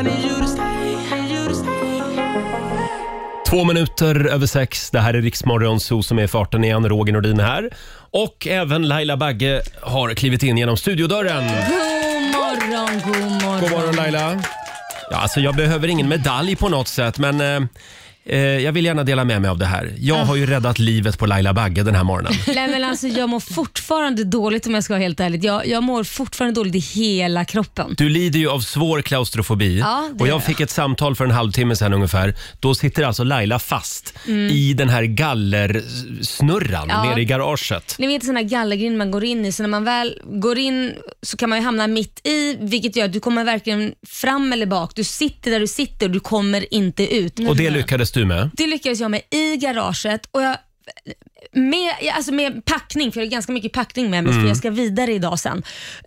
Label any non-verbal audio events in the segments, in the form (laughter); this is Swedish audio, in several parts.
I need you to stay, I need you to stay. Två minuter över sex. Det här är Riksmorgon Zoo som är i farten igen. Roger Nordin här. Och även Laila Bagge har klivit in genom studiodörren. God morgon, god morgon. God morgon Laila. Ja, alltså, jag behöver ingen medalj på något sätt, men eh, eh, jag vill gärna dela med mig av det här. Jag har Ah. ju räddat livet på Laila Bagge den här morgonen. Nej, men alltså, jag mår fortfarande dåligt om jag ska vara helt ärlig. Jag, jag mår fortfarande dåligt i hela kroppen. Du lider ju av svår klaustrofobi Ja, det och gör jag jag. fick ett samtal för en halvtimme sedan ungefär. Då sitter alltså Laila fast i den här gallersnurran Mm. Ja. nere i garaget. Ni vet sådana här gallergrind man går in i, så när man väl går in så kan man ju hamna mitt i, vilket gör att du kommer varken fram eller bak. Du sitter där du sitter och du kommer inte ut. Och det lyckades du med. Det lyckades jag med i garaget och jag med, alltså med packning, för jag har ganska mycket packning med mig Mm. för jag ska vidare idag sen.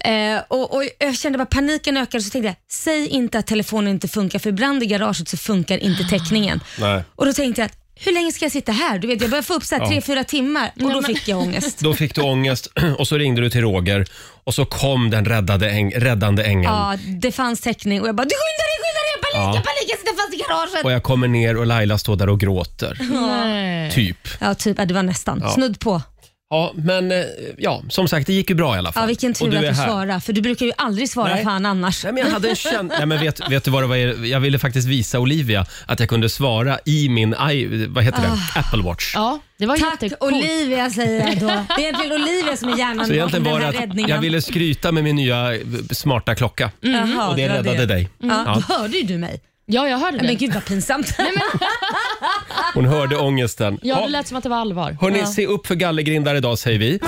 Eh, och, och Jag kände bara paniken ökade så tänkte jag, säg inte att telefonen inte funkar för ibland i garaget så (sighs) funkar inte täckningen. Nej. Och Då tänkte jag, att, hur länge ska jag sitta här? Du vet, jag började få upp så här Ja. tre, fyra timmar och då fick jag (laughs) ångest. Då fick du ångest (clears throat) och så ringde du till Roger och så kom den räddade äng, räddande ängeln. Ja, det fanns täckning och jag bara, du skynda dig, skynda dig, panik, Ja. jag panik, jag sitter fast i Och garaget. jag kommer ner och Laila står där och gråter. Nej. Typ. Ja, typ, ja, det var nästan. Ja. Snudd på. Ja, men eh, ja, som sagt, det gick ju bra i alla fall. Ja, vilken Och tur att är du här. svarade, för du brukar ju aldrig svara Nej. fan annars. Nej, men jag hade en känsla... Nej, men vet, vet du vad det var? Jag ville faktiskt visa Olivia att jag kunde svara i min i, vad heter Ah. det? Apple Watch. Ja, det var Tack jättecoolt. Olivia säger jag då. Det är egentligen Olivia som är hjärnan Så bakom egentligen den var det här att räddningen. jag ville skryta med min nya eh, smarta klocka. Jaha, Och det var Mm. räddade dig. Ja, Ja. Då hörde ju du mig. Ja, jag hörde Men det. gud vad pinsamt. Hon hörde ångesten. Ja, det lät som att det var allvar. Hörni, se upp för gallergrindar idag säger vi.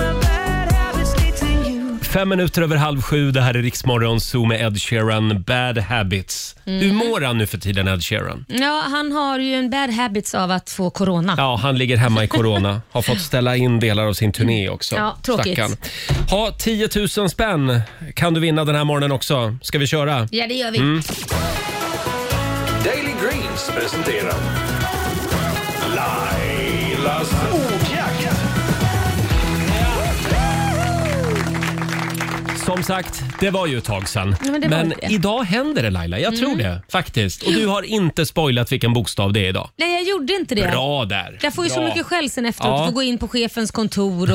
Fem minuter över halv sju, det här är Riksmorgon Zoo med Ed Sheeran, Bad Habits. Mm. Hur mår han nu för tiden, Ed Sheeran? Ja, han har ju en bad habits av att få corona. Ja, han ligger hemma i corona. Har fått ställa in delar av sin turné också. Mm. Ja, tråkigt. Stackarn. Ha 10 000 spänn kan du vinna den här morgonen också. Ska vi köra? Ja, det gör vi. Mm. Daily Greens presenterar Lailas ordjakt. Som sagt, det var ju ett tag sedan. Ja, men det var ju det. Mm. idag händer det Laila, jag tror det faktiskt. Och du har inte spoilat vilken bokstav det är idag. Nej, jag gjorde inte det. Bra där! Jag får ju så Bra. mycket skäll sen efteråt. Ja. Får gå in på chefens kontor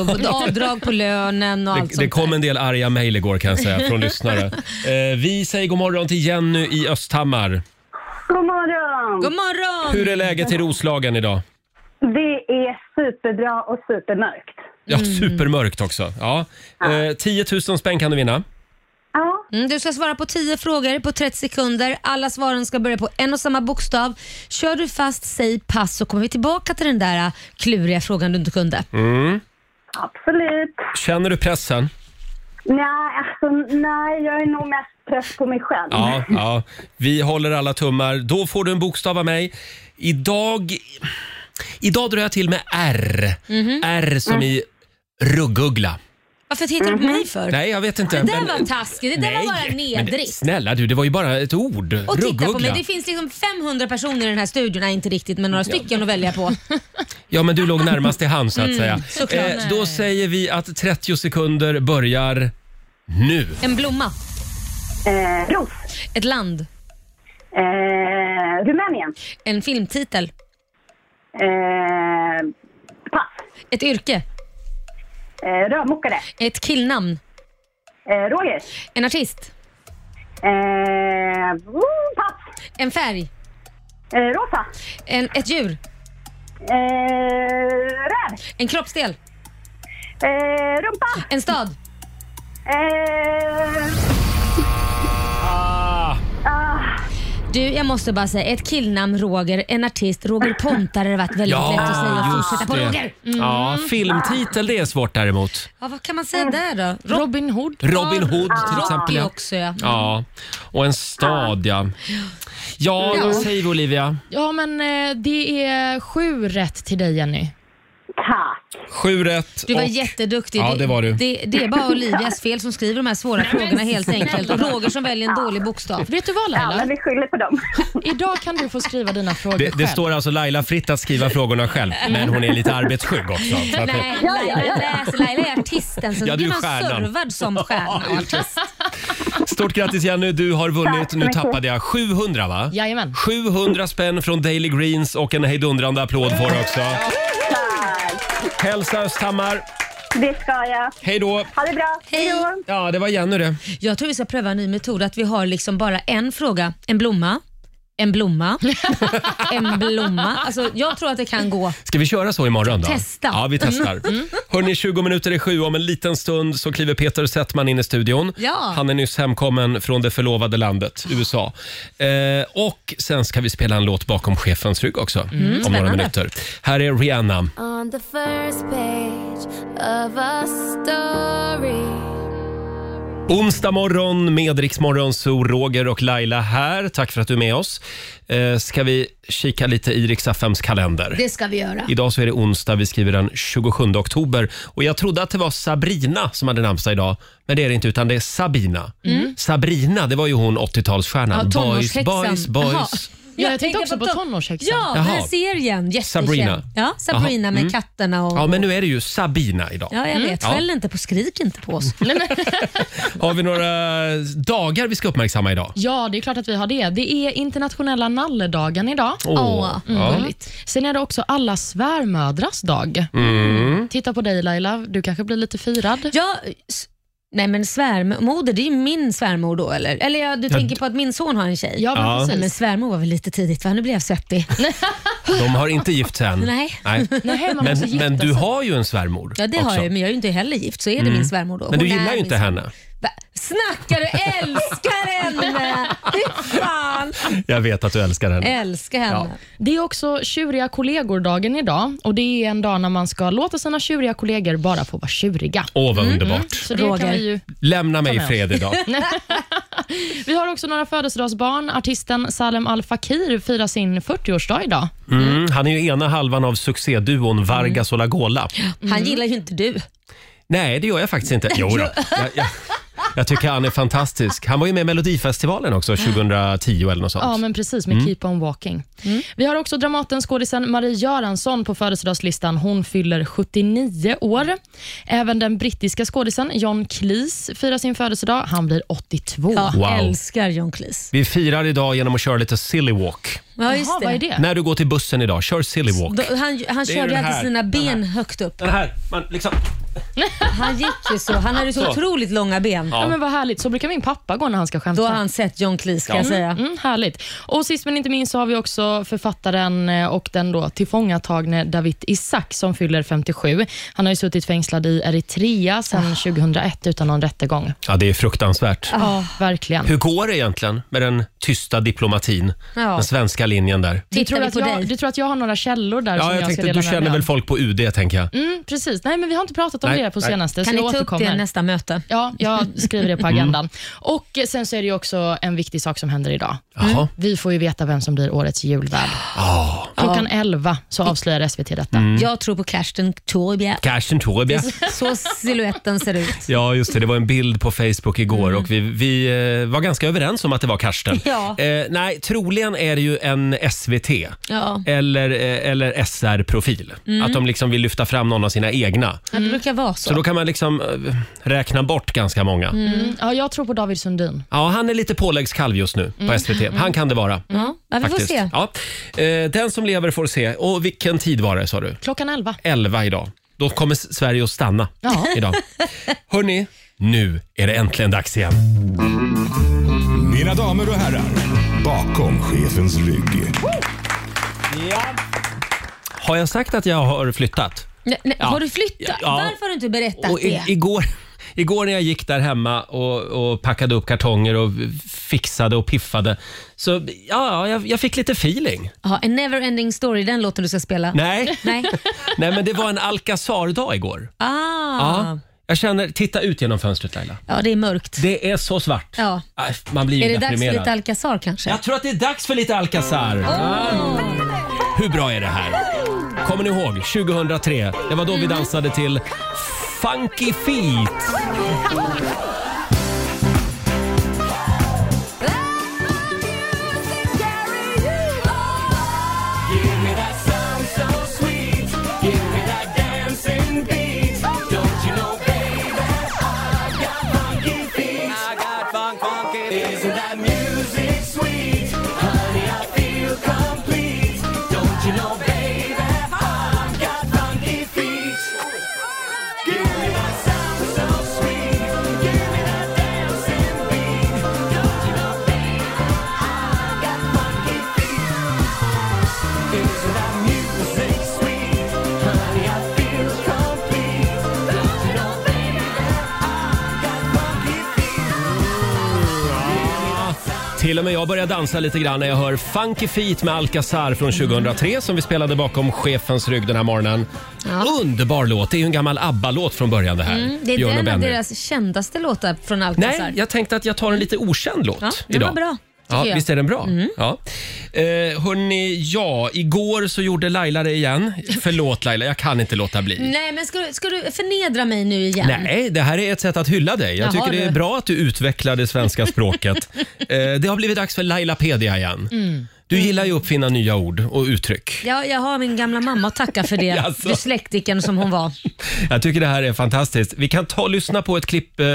(laughs) och avdrag på lönen och allt Det, det sånt kom där. en del arga mejl igår kan jag säga (laughs) från lyssnare. Eh, vi säger god morgon till Jenny i Östhammar. God morgon! God morgon! Hur är läget i Roslagen idag? Det är superbra och supermörkt. Ja, Mm. supermörkt också. Ja. Eh, 10 000 spänn kan du vinna. Ja, Mm, du ska svara på 10 frågor på 30 sekunder. Alla svaren ska börja på en och samma bokstav. Kör du fast, säg pass så kommer vi tillbaka till den där äh, kluriga frågan du inte kunde. Mm. absolut. Känner du pressen? Nej, alltså, nej, jag är nog mest press på mig själv. Mm. Ja, ja. Vi håller alla tummar. Då får du en bokstav av mig. Idag, idag drar jag till med R. Mhm. R som Mm. i ruggugla. Varför tittar du på mig för? Mhm. Nej, jag vet inte. Det där var taskigt. Det där var bara men det- nedrigt. snälla du, det var ju bara ett ord. Och titta på mig, ruggugla. det finns liksom 500 personer i den här studion, nej inte riktigt men några stycken att välja på. Ja, men du låg närmast till hands så att säga. Mm, Eh, såklart. då säger vi att 30 sekunder börjar nu. En blomma, Eh, ros. ett land, Eh, Rumänien. en filmtitel, Eh, pass. ett yrke, Eh, rörmokare. ett killnamn, Eh, Roger. en artist, Eh, oh, pass. en färg, Eh, rosa. en, ett djur, Eh, räv. en kroppsdel, Eh, rumpa. en stad. Eh, Ah, Du, jag måste bara säga ett killnamn Roger, en artist, Roger Pontare har det varit väldigt lätt att säga. ja, Fortsätta just på det. Roger! Ja, filmtitel det är svårt däremot. Ja, vad kan man säga där då? Robin Hood. Robin Hood till exempel. Rocky Ja. också ja. ja, och en stad ja. Ja, vad säger vi Olivia? Ja, men eh, det är sju rätt till dig, Jenny. tack. Sju rätt. Du var och- jätteduktig. Ja, det var du. Det, det är bara Olivias fel som skriver de här svåra frågorna helt enkelt. Och Roger som väljer en dålig bokstav. Vet du vad, Ja, men Laila? vi skyller på dem. Idag kan du få skriva dina frågor Det, det själv. står alltså Laila fritt att skriva frågorna själv, men hon är lite arbetsskygg också. Så att, Nej, Laila läser. Laila är artisten. Sen Ja, du blir är man stjärnan. servad som stjärna och artist. Stort grattis Jenny, du har vunnit. Tack så Nu mycket. tappade jag 700 va? Jajamän. 700 spänn från Daily Greens och en hejdundrande applåd får du också. Tack. Hälsa Östhammar. Det ska jag. Hej då! Ha det bra. Hej då. Ja, det var Jenny det. Jag tror vi ska pröva en ny metod, att vi har liksom bara en fråga, en blomma, en blomma, en blomma. Alltså, jag tror att det kan gå. Ska vi köra så imorgon då? Testa. Mm. Ja, vi testar. Hörni, 20 minuter i sju. Om en liten stund så kliver Peter Settman in i studion. Ja. Han är nyss hemkommen från det förlovade landet, USA. Eh, och sen ska vi spela en låt bakom chefens rygg också. om några Mm. spännande. minuter. Här är Rihanna. On the first page of a story. Onsdag morgon med Riksmorgon, så Roger och Laila här. Tack för att du är med oss. Eh, ska vi kika lite i Rix FMs kalender? Det ska vi göra. Idag så är det onsdag, vi skriver den 27 oktober. Och Jag trodde att det var Sabrina som hade namnsdag idag, men det är det inte utan det är Sabina. Sabrina, det var ju hon 80-talsstjärnan. Ja, boys, tonårshäxan. boys, Jaha. boys. Ja, jag tänkte också på ton- tonårshäxan. Ja, den här Jaha. serien. Jättekänd. Sabrina. Ja, Sabrina Jaha. med Mm. katterna och... Ja, Mm. men nu är det ju Sabina idag. Ja, jag vet. Ja. Skäll inte på, skrik inte på oss. Nej, men, Har vi några dagar vi ska uppmärksamma idag? ja, det är klart att vi har det. Det är internationella nalledagen idag. Åh, Åh, ja. Gulligt. Sen är det också alla svärmödrars dag. Mm. Titta på dig Laila, du kanske blir lite firad. Jag, s- nej men svärmoder, det är ju min svärmor då eller? Eller ja, du tänker på att min son har en tjej? Ja, men Ja. precis. Men svärmor var väl lite tidigt va? Nu blev jag svettig. Mm. De har inte gift sig än. Nej. Nej. Nej, man måste Men, gifta men du sig. har ju en svärmor Ja det också. Mm. har jag ju, men jag är ju inte heller gift så är det min svärmor då. Men du Hon är gillar ju min inte svärmor. henne. Va? Snackar du? Älskar henne! Fy fan! Jag vet att du älskar Eh, henne. Älskar henne. Det är också tjuriga kollegor-dagen idag och det är en dag när man ska låta sina tjuriga kollegor bara få vara tjuriga. Åh, vad underbart. Så det Roger. kan vi ju Lämna mig i mm, Ta med fred (laughs) idag. Vi har också några födelsedagsbarn. Artisten Salem Al Fakir firar sin 40-årsdag idag. Mm, han är ju ena halvan av succéduon Vargas och Lagola. Mm. Han gillar ju inte du. Nej, det gör jag faktiskt inte. Jo (laughs) då. Jag, jag, jag tycker han är fantastisk. Han var ju med i Melodifestivalen också 2010 eller något sånt. Ja, men precis, med Keep on walking. Mm. Vi har också Dramaten, skådisen Marie Göransson på födelsedagslistan. Hon fyller 79 år. Även den brittiska skådisen John Cleese firar sin födelsedag. Han blir 82. Ja, Wow. Älskar John Cleese. Vi firar idag genom att köra lite silly walk. Ja, just Jaha, vad är det? När du går till bussen idag, kör silly walk. Då, han han Det är körde ju den alltid här. sina ben högt upp. Den här, man liksom... Han gick ju så. Han hade så, Så. otroligt långa ben. Ja, men vad härligt. Så brukar min pappa gå när han ska skämta. Då har han sett John Cleese ska jag säga. Mm, härligt. Och sist men inte minst så har vi också författaren eh, och den då tillfångatagne David Isaac som fyller 57. Han har ju suttit fängslad i Eritrea Ah. sedan 2001 utan någon rättegång. Ja, det är fruktansvärt. Ja, verkligen. Hur går det egentligen med den tysta diplomatin? Ja. Den svenska linjen där. Du Tittar tror, vi att på dig? jag, du tror att jag har några källor där som Ja, jag, jag tänkte, ska dela du med mig känner väl av? folk på UD, tänker jag. Mm, precis. Nej, men vi har inte pratat om Nej, det på nej. Kan senaste, så ni jag ta upp det återkommer. nästa möte? Ja, (laughs) jag skriver det på Mm. agendan. Och eh, Sen så är det ju också en viktig sak som händer idag. Jaha. Vi får ju veta vem som blir årets julvärd. Ah. Klockan 11 så avslöjar SVT detta. Mm. Jag tror på Karsten Torbjerg. Karsten Torbjerg. Så siluetten ser ut. Ja, just det. Det var en bild på Facebook igår och vi, vi eh, var ganska överens om att det var Karsten. Mm. (laughs) Ja. Eh, nej, troligen är det ju en SVT Ja. Mm. eller, eh, eller SR-profil. Att de liksom vill lyfta fram någon av sina egna. Ja, det brukar vara Så så. då kan man liksom eh, räkna bort ganska många. Mm. Ja, jag tror på David Sundin. Ja, han är lite påläggskalv just nu på SVT. Han kan det vara. Mm. Ja, ja, vi får Faktiskt. se. Ja. Eh, den som lever får se. Och vilken tid var det sa du? Klockan 11. 11 idag. Då kommer S- Sverige att stanna Ja. (laughs) idag. Hörni, nu är det äntligen dags igen. Mina damer och herrar, bakom chefens rygg. Har jag sagt att jag har flyttat? Nej, nej, Ja. Har du flyttat? Ja. Varför har du inte berättat Och i, det? igår, igår när jag gick där hemma och, och packade upp kartonger och fixade och piffade, så ja, jag, jag fick lite feeling. Ja, en neverending story, den låten du ska spela. Nej, (laughs) Nej. nej men det var en Alcazar-dag igår. Ah. Ja. Jag känner, titta ut genom fönstret Laila. Ja, det är mörkt. Det är så svart. Ja. Aj, Man blir ju Är det dags för deprimerad. lite Alcazar kanske? Jag tror att det är dags för lite Alcazar. Ja. Hur bra är det här? Kommer ni ihåg 2003? Det var då vi dansade till Funky Feet. I got funk on Till och med jag börjar dansa lite grann när jag hör Funky Feet med Alcazar från Mm. 2003 som vi spelade bakom chefens rygg den här morgonen. Underbar låt! Det är ju en gammal ABBA-låt från början det här. Mm, Det är Björn och den av Benny. deras kändaste låtar från Alcazar. Nej, jag tänkte att jag tar en lite okänd låt Ja, den idag. var bra, tycker Ja, jag. Mm. visst är den bra? Ja. Eh, hörni, ja, igår så gjorde Laila det (laughs) igen. Förlåt Laila, jag kan inte låta bli. Nej, men ska, du- ska du förnedra mig nu igen? Nej, det här är ett sätt att hylla dig. Jag Jaha, tycker det är du. bra att du utvecklar det (laughs) svenska språket. eh, det har blivit dags för Lailapedia igen. Mm. Du gillar ju att uppfinna nya ord och uttryck. Ja, jag har min gamla mamma att tacka för (laughs) det. Jaså? Dyslektikern som hon var. Jag tycker det här är fantastiskt. Vi kan ta och lyssna på ett klipp eh,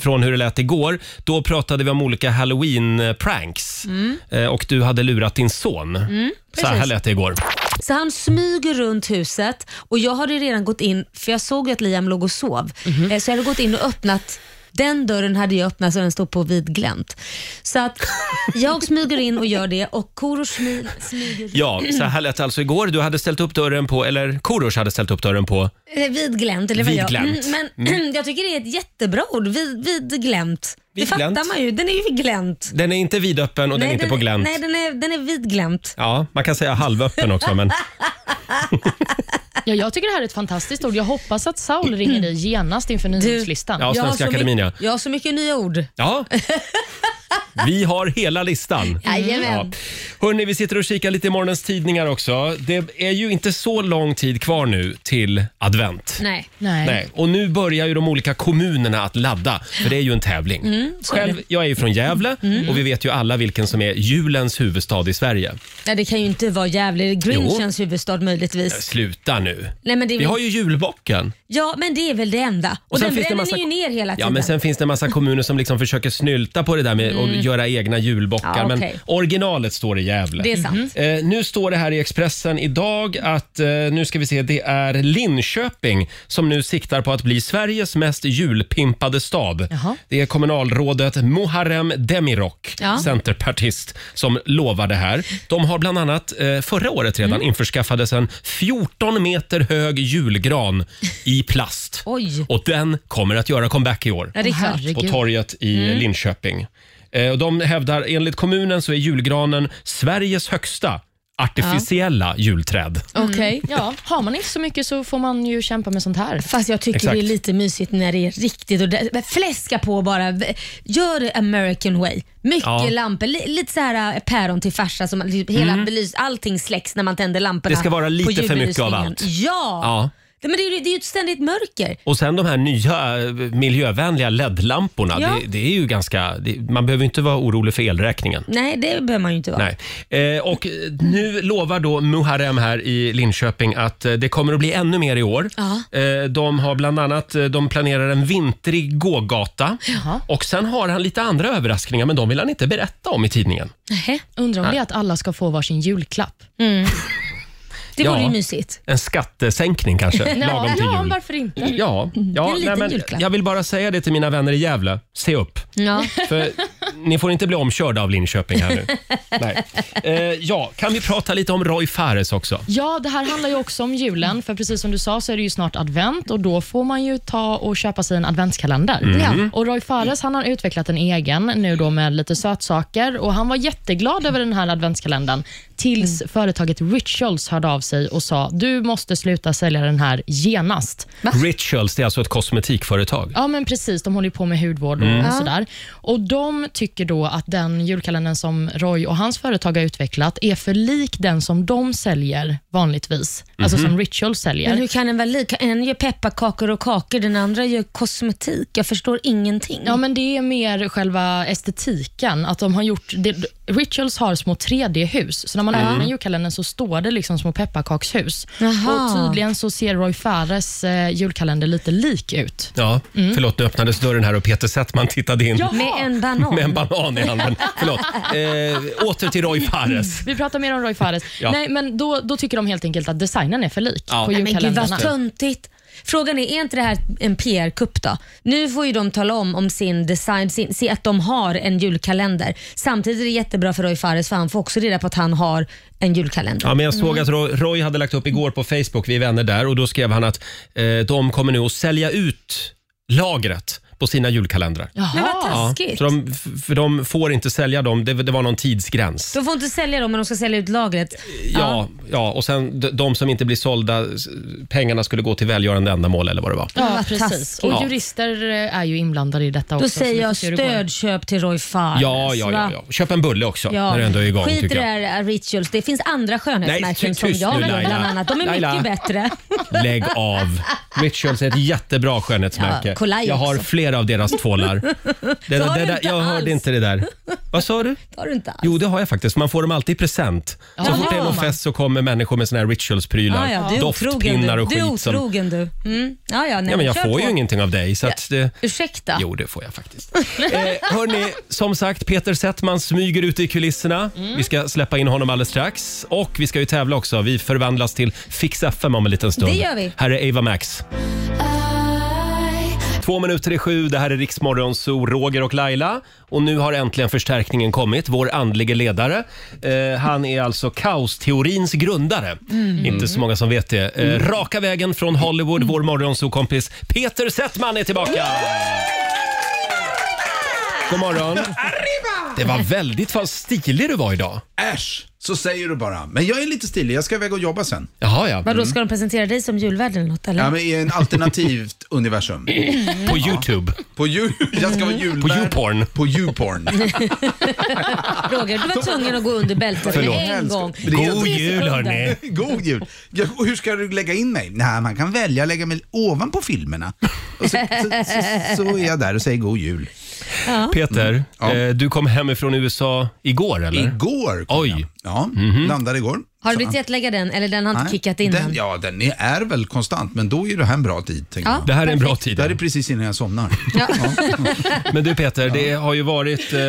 från hur det lät igår. Då pratade vi om olika halloween-pranks eh, och du hade lurat din son. Så här Mm. precis. lät det igår. Så han smyger runt huset och jag hade ju redan gått in, för jag såg ju att Liam låg och sov. Mhm. Eh, Så jag hade gått in och öppnat den dörren hade jag öppnat så den stod på vid glänt. Så (laughs) att jag smyger in och gör det och Korosh smy, smyger runt. Ja, så här lät det alltså igår. Du hade ställt upp dörren på, eller Korosh hade ställt upp dörren på Eh, Vidglänt, eller vad jag... Vidglänt. Mm, Men (clears throat) jag tycker det är ett jättebra ord. Vid, vidglänt. Det Vidglänt. fattar man ju. Den är ju vidglänt. Den är inte vidöppen och den är inte på glänt. Nej, den är, den är vidglänt. Ja, man kan säga halvöppen också, (laughs) men Ja, jag tycker det här är ett fantastiskt ord. Jag hoppas att Saul ringer dig genast inför nyhetslistan. Ja, Jag har Svenska så Akademin, mycket- ja. Jag har så mycket nya ord. ja. Vi har hela listan. (laughs) Jajamän. Ja. Hörni, vi sitter och kikar lite i morgonens tidningar också. Det är ju inte så lång tid kvar nu till advent. Nej. Nej. Nej. Och nu börjar ju de olika kommunerna att ladda, för det är ju en tävling. Mm, Själv, jag är ju från Gävle och vi vet ju alla vilken som är julens huvudstad i Sverige. Nej, det kan ju inte vara Gävle. Grinchens huvudstad möjligtvis. Sluta nu. Nej, men det är Vi väl- har ju julbocken. Ja, men det är väl det enda. Och, sen den finns det bränner massa- ni ju ner hela tiden. Mm. Ja, men sen finns det en massa kommuner som liksom försöker snylta på det där med att göra egna julbockar. Ja, Men okej. originalet står i Gävle. Det är Mm. sant. Eh, nu står det här i Expressen idag att, eh, nu ska vi se, det är Linköping som nu siktar på att bli Sveriges mest julpimpade stad. Jaha. Det är kommunalrådet Muharrem Demirok, Ja. centerpartist, som lovar det här. De har bland annat eh, förra året redan Mm. införskaffades en 14 meter hög julgran i plast. Oj. Och den kommer att göra comeback i år Ja, det är Mm. Åh, klart. på herregud. torget i Linköping. Eh, och de hävdar, enligt kommunen så är julgranen Sveriges högsta artificiella julträd. Mm. Okej. Ja, har man inte så mycket så får man ju kämpa med sånt här. Fast jag tycker Exakt. det är lite mysigt när det är riktigt. Och det, men fläska på bara. V- Gör det American way. Mycket Ja. Mm. lampor. Li, lite så här äh, päron till farsa. Som, typ hela belys, allting släcks när man tänder lamporna. Det ska vara på lite för mycket av julbelysningen. allt. Ja. Ja. Det, men det, är ju- det är ju ett ständigt mörker. Och sen de här nya eh, miljövänliga LED-lamporna. Ja. Det, det är ju ganska, det, man behöver inte vara orolig för elräkningen. Nej, det behöver man ju inte vara. Nej. Eh, och eh, nu lovar då Muharrem här i Linköping att eh, det kommer att bli ännu mer i år. Ja. Eh, de har bland annat, eh, de planerar en vintrig gågata. Jaha. Och sen har han lite andra överraskningar, men de vill han inte berätta om i tidningen. Nähä. Undrar om det är att alla ska få varsin julklapp. Det vore Ja. ju mysigt. En skattesänkning kanske, lagom till ja, jul. varför inte? Ja, ja En liten nej, men julklapp. jag vill bara säga det till mina vänner i Gävle. Se upp! Ja. För ni får inte bli omkörda av Linköping här nu. Nej. Eh, ja, kan vi prata lite om Roy Fares också? Ja, det här handlar ju också om julen, för precis som du sa så är det ju snart advent och då får man ju ta och köpa sig en adventskalender. Ja. Och Roy Fares han har utvecklat en egen nu då med lite sötsaker och han var jätteglad över den här adventskalendern tills företaget Rituals hörde av sig och sa du måste sluta sälja den här genast. Rituals, det är alltså ett kosmetikföretag. Ja, men precis. De håller ju på med hudvård och Mm. sådär. Och De tycker då att den julkalendern som Roy och hans företag har utvecklat är för lik den som de säljer vanligtvis, alltså Mhm. som Ritual (laughs) Men säljer. hur kan den vara lik? En gör pepparkakor och kakor, den andra gör kosmetik. Jag förstår ingenting. Ja, men det är mer själva estetiken. Att de har gjort, det, Rituals har små 3D-hus, så när man Mm. öppnar julkalendern så står det liksom små pepparkakshus. Jaha. Och Tydligen så ser Roy Fares eh, julkalender lite lik ut. Ja, förlåt, nu öppnades dörren här och Peter Settman tittade in Mm. Med en banan. med en banan i handen. Förlåt. Eh, åter till Roy Fares. Mm. Vi pratar mer om Roy Fares. Ja. Nej, men då, då tycker de helt enkelt att designen är för lik Ja. på Nej, men gud julkalendrarna. vad töntigt. Frågan är, är inte det här en PR-kupp då? Nu får ju de tala om om sin design, sin, se att de har en julkalender. Samtidigt är det jättebra för Roy Fares för han får också reda på att han har en julkalender. Ja, men jag Mm. såg att Roy- Roy hade lagt upp igår på Facebook, vi är vänner där, och då skrev han att eh, de kommer nu att sälja ut lagret på sina julkalendrar. Men vad Jaha. taskigt. så de, f- för de får inte sälja dem. Det, det var någon tidsgräns. De får inte sälja dem men de ska sälja ut lagret. Ja, ja, och sen de, de som inte blir sålda, s- pengarna skulle gå till välgörande ändamål eller vad det var. Ja, Vad precis. taskigt. Och Ja. jurister eh, är ju inblandade i detta också. Då så vi säger får jag se hur det går. stödköp till Roy Fares. Ja, ja, va? ja, ja. Köp en bulle också Ja, när du ändå är igång. skit i det tycker jag. där eh, rituals. Det finns andra Nej, skönhetsmärken tyst som jag nu, vill ha Laila. bland annat. De är Laila. mycket bättre. (laughs) Lägg av. Rituals är ett jättebra skönhetsmärke. Ja, Kolaj jag har också. flera av deras (laughs) tvålar. Det, har det, du där, inte jag alls. hörde inte det där. Vad sa du? Det har du inte alls. Jo, det har jag faktiskt. Man får dem alltid i present. Så Ja, fort det är det någon får man. fest så kommer människor med såna här rituals-prylar. Ja, Ah, ja, du är otrogen Doftpinnar du. och Du är skit. Som, otrogen du. Mm. Ja, ja, nej, ja, men jag kör får på. ju ingenting av dig. Så att det, Ursäkta. Jo, det får jag faktiskt. Eh, hörni, som sagt, Peter Settman smyger ut i kulisserna. Mm. Vi ska släppa in honom alldeles strax. Och vi ska ju tävla också. Vi förvandlas till Fix FM om en liten stund. Det gör vi. Här är Ava Max. Två minuter i sju, det här är Riksmorgon Zoo, Roger och Laila. Och nu har äntligen förstärkningen kommit, vår andlige ledare. Eh, han är alltså kaosteorins grundare. Inte så många som vet det. Eh, Raka vägen från Hollywood, vår morgonzoo-kompis Peter Settman är tillbaka! God morgon. Det var väldigt vad stilig du var idag. Äsch, så säger du bara. Men jag är lite stilig, jag ska iväg och jobba sen. Jaha, ja. Vadå, ska de presentera dig som julvärd eller något? Eller? Ja, men I en (laughs) alternativt universum. På Youtube. På jul, jag ska vara julvärd. På YouPorn. På YouPorn. Roger, du var tvungen att gå under bältet med Förlåt. en gång. Det är Tre God sekunder. jul, hörni. God jul. Ja, och hur ska du lägga in mig? Nej, man kan välja att lägga mig ovanpå filmerna. Och så, så, så, så är jag där och säger god jul. Peter, Mm. Ja. eh, du kom hemifrån USA igår, eller? Igår kom Oj. Mhm. jag. Ja, landade igår. Har du Så- blivit jetlaggad än eller den har inte Nej, kickat in den, än? Ja, den är, är väl konstant, men då är det här en bra tid. Tänker Ja. jag. Det här är en bra tid. Det här är precis innan (laughs) jag somnar. Men du Peter, det har ju varit... Eh,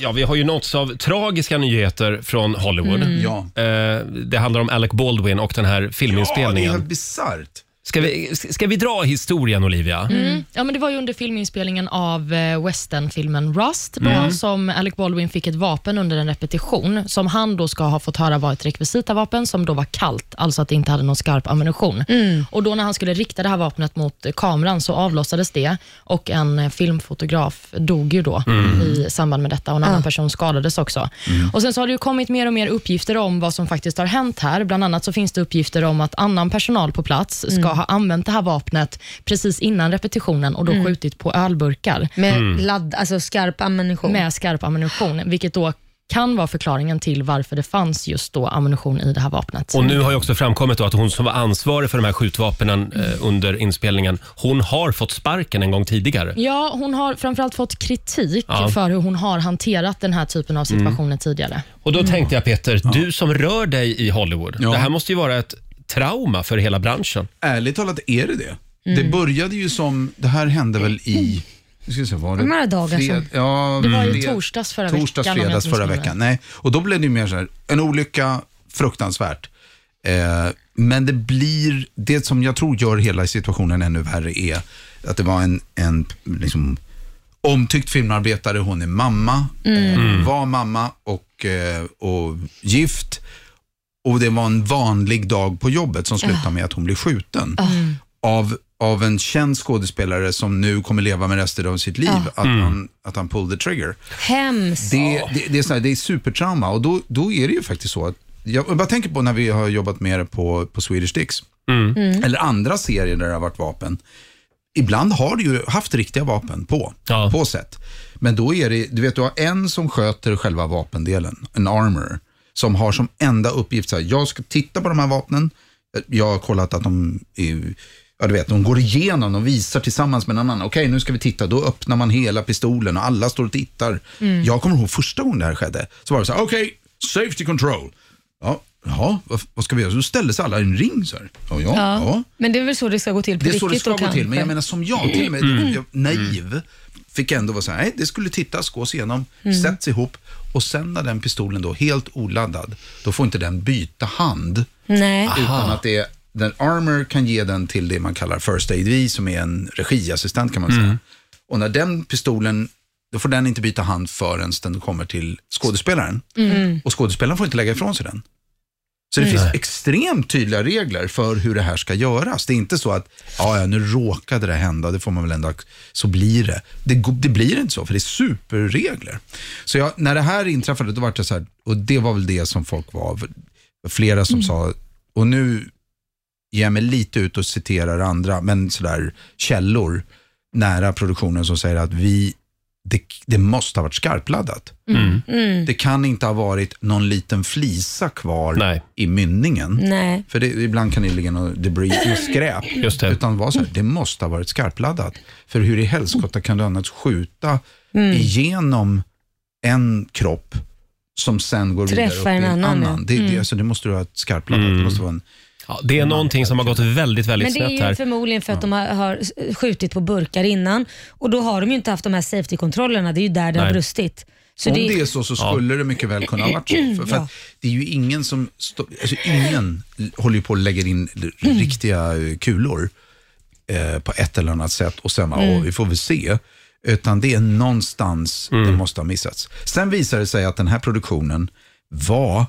ja, vi har ju nåtts av tragiska nyheter från Hollywood. Mm. Ja. Eh, det handlar om Alec Baldwin och den här ja, det är filminspelningen. bisarrt. Ska vi, ska vi dra historien, Olivia? Mm. Mm. Mm. Ja, men det var ju under filminspelningen av eh, westernfilmen Rust då, som Alec Baldwin fick ett vapen under en repetition som han då ska ha fått höra var ett rekvisitavapen som då var kallt, alltså att det inte hade någon skarp ammunition. Mm. Och då när han skulle rikta det här vapnet mot eh, kameran så avlossades det och en eh, filmfotograf dog ju då Mm. i samband med detta och en annan person skadades också. Och Sen så har det ju kommit mer och mer uppgifter om vad som faktiskt har hänt här. Bland annat så finns det uppgifter om att annan personal på plats ska ha använt det här vapnet precis innan repetitionen och då skjutit på ölburkar Med Mm. ladd, alltså skarp ammunition. med skarp ammunition, vilket då kan vara förklaringen till varför det fanns just då ammunition i det här vapnet. Och nu har ju också framkommit då att hon som var ansvarig för de här skjutvapnen eh, under inspelningen, hon har fått sparken en gång tidigare. Ja, hon har framförallt fått kritik Ja. Mm. för hur hon har hanterat den här typen av situationer tidigare. Och då tänkte jag Peter, du som rör dig i Hollywood, Mm. Ja. det här måste ju vara ett trauma för hela branschen. Ärligt talat är det det. Mm. Det började ju som, det här hände väl i, nu ska vi se, var det Några Mm. dagar sedan. ja, Det var ju fred- torsdags förra Mm. torsdags, veckan, om jag fredags inte förra missminner veckan. Nej, och då blev det ju mer så här, en olycka, fruktansvärt. Eh, men det blir, det som jag tror gör hela situationen ännu värre är att det var en, en liksom, omtyckt filmarbetare, hon är mamma, Mm. eh, var mamma och, eh, och gift. Och det var en vanlig dag på jobbet som slutade med att hon blev skjuten. Av, av en känd skådespelare som nu kommer leva med resten av sitt liv, att, han, att han pulled the trigger. Hemskt. Det, det, det, är så här, det är supertrauma och då, då är det ju faktiskt så att jag, jag bara tänker på när vi har jobbat med det på, på Swedish Dicks. Eller andra serier där det har varit vapen. Ibland har du ju haft riktiga vapen på, Ja. på sätt. Men då är det, du vet du har en som sköter själva vapendelen, en armor, som har som enda uppgift, så här, jag ska titta på de här vapnen, jag har kollat att de, är, ja du vet, de går igenom, de visar tillsammans med en annan, okej nu ska vi titta, då öppnar man hela pistolen och alla står och tittar. Jag kommer ihåg första gången det här skedde, så var det så här, okej, safety control. Ja, jaha, vad, vad ska vi göra? Så ställde sig alla i en ring så här. Ja, ja, ja. Men det är väl så det ska gå till på Det är riktigt så det ska då, gå till, men kanske. jag menar som jag, till och med jag, naiv, fick ändå vara så här, nej, det skulle tittas, gås igenom, sätts ihop och sen när den pistolen då helt oladdad, då får inte den byta hand. Nej. Ah. Utan att det är, den armor kan ge den till det man kallar first aid V som är en regiassistent kan man säga. Och när den pistolen, då får den inte byta Mm. hand förrän den kommer till skådespelaren. Och skådespelaren får inte lägga ifrån sig den. Så det finns extremt tydliga regler för hur det här ska göras. Det är inte så att, ja, ja, nu råkade det hända, det får man väl ändå, ac- så blir det. Det, go- det blir inte så, för det är superregler. Så jag, när det här inträffade, då var det så här, och det var väl det som folk var, flera som sa, och nu ger jag mig lite ut och citerar andra, men sådär källor nära produktionen som säger att vi, det, det måste ha varit skarpladdat. Mm. Det kan inte ha varit någon liten flisa kvar Nej. i mynningen. Nej. För det, ibland kan det ligga något debris och skräp. Just det. Utan var så här, det måste ha varit skarpladdat. För hur i helskotta kan du annars skjuta Mm. igenom en kropp som sen går vidare upp Träffar i en en annan? annan, mm. ja. Det, det, alltså, det måste du ha ett skarpladdat. Mm. Det måste vara en, Ja, det är någonting som har gått väldigt, Men väldigt det är snett ju här. förmodligen för att de har, har skjutit på burkar innan och då har de ju inte haft de här safety-kontrollerna. Det är ju där det Nej. har brustit. Så Om det, det är så så skulle det mycket väl kunna (clears throat) ha varit så. För, för Ja. att det är ju ingen som, stå, alltså ingen l- håller ju på och lägger in l- Mm. riktiga eh, kulor eh, på ett eller annat sätt och sen, ja, Mm. vi får väl se. Utan det är någonstans det måste ha missats. Sen visar det sig att den här produktionen var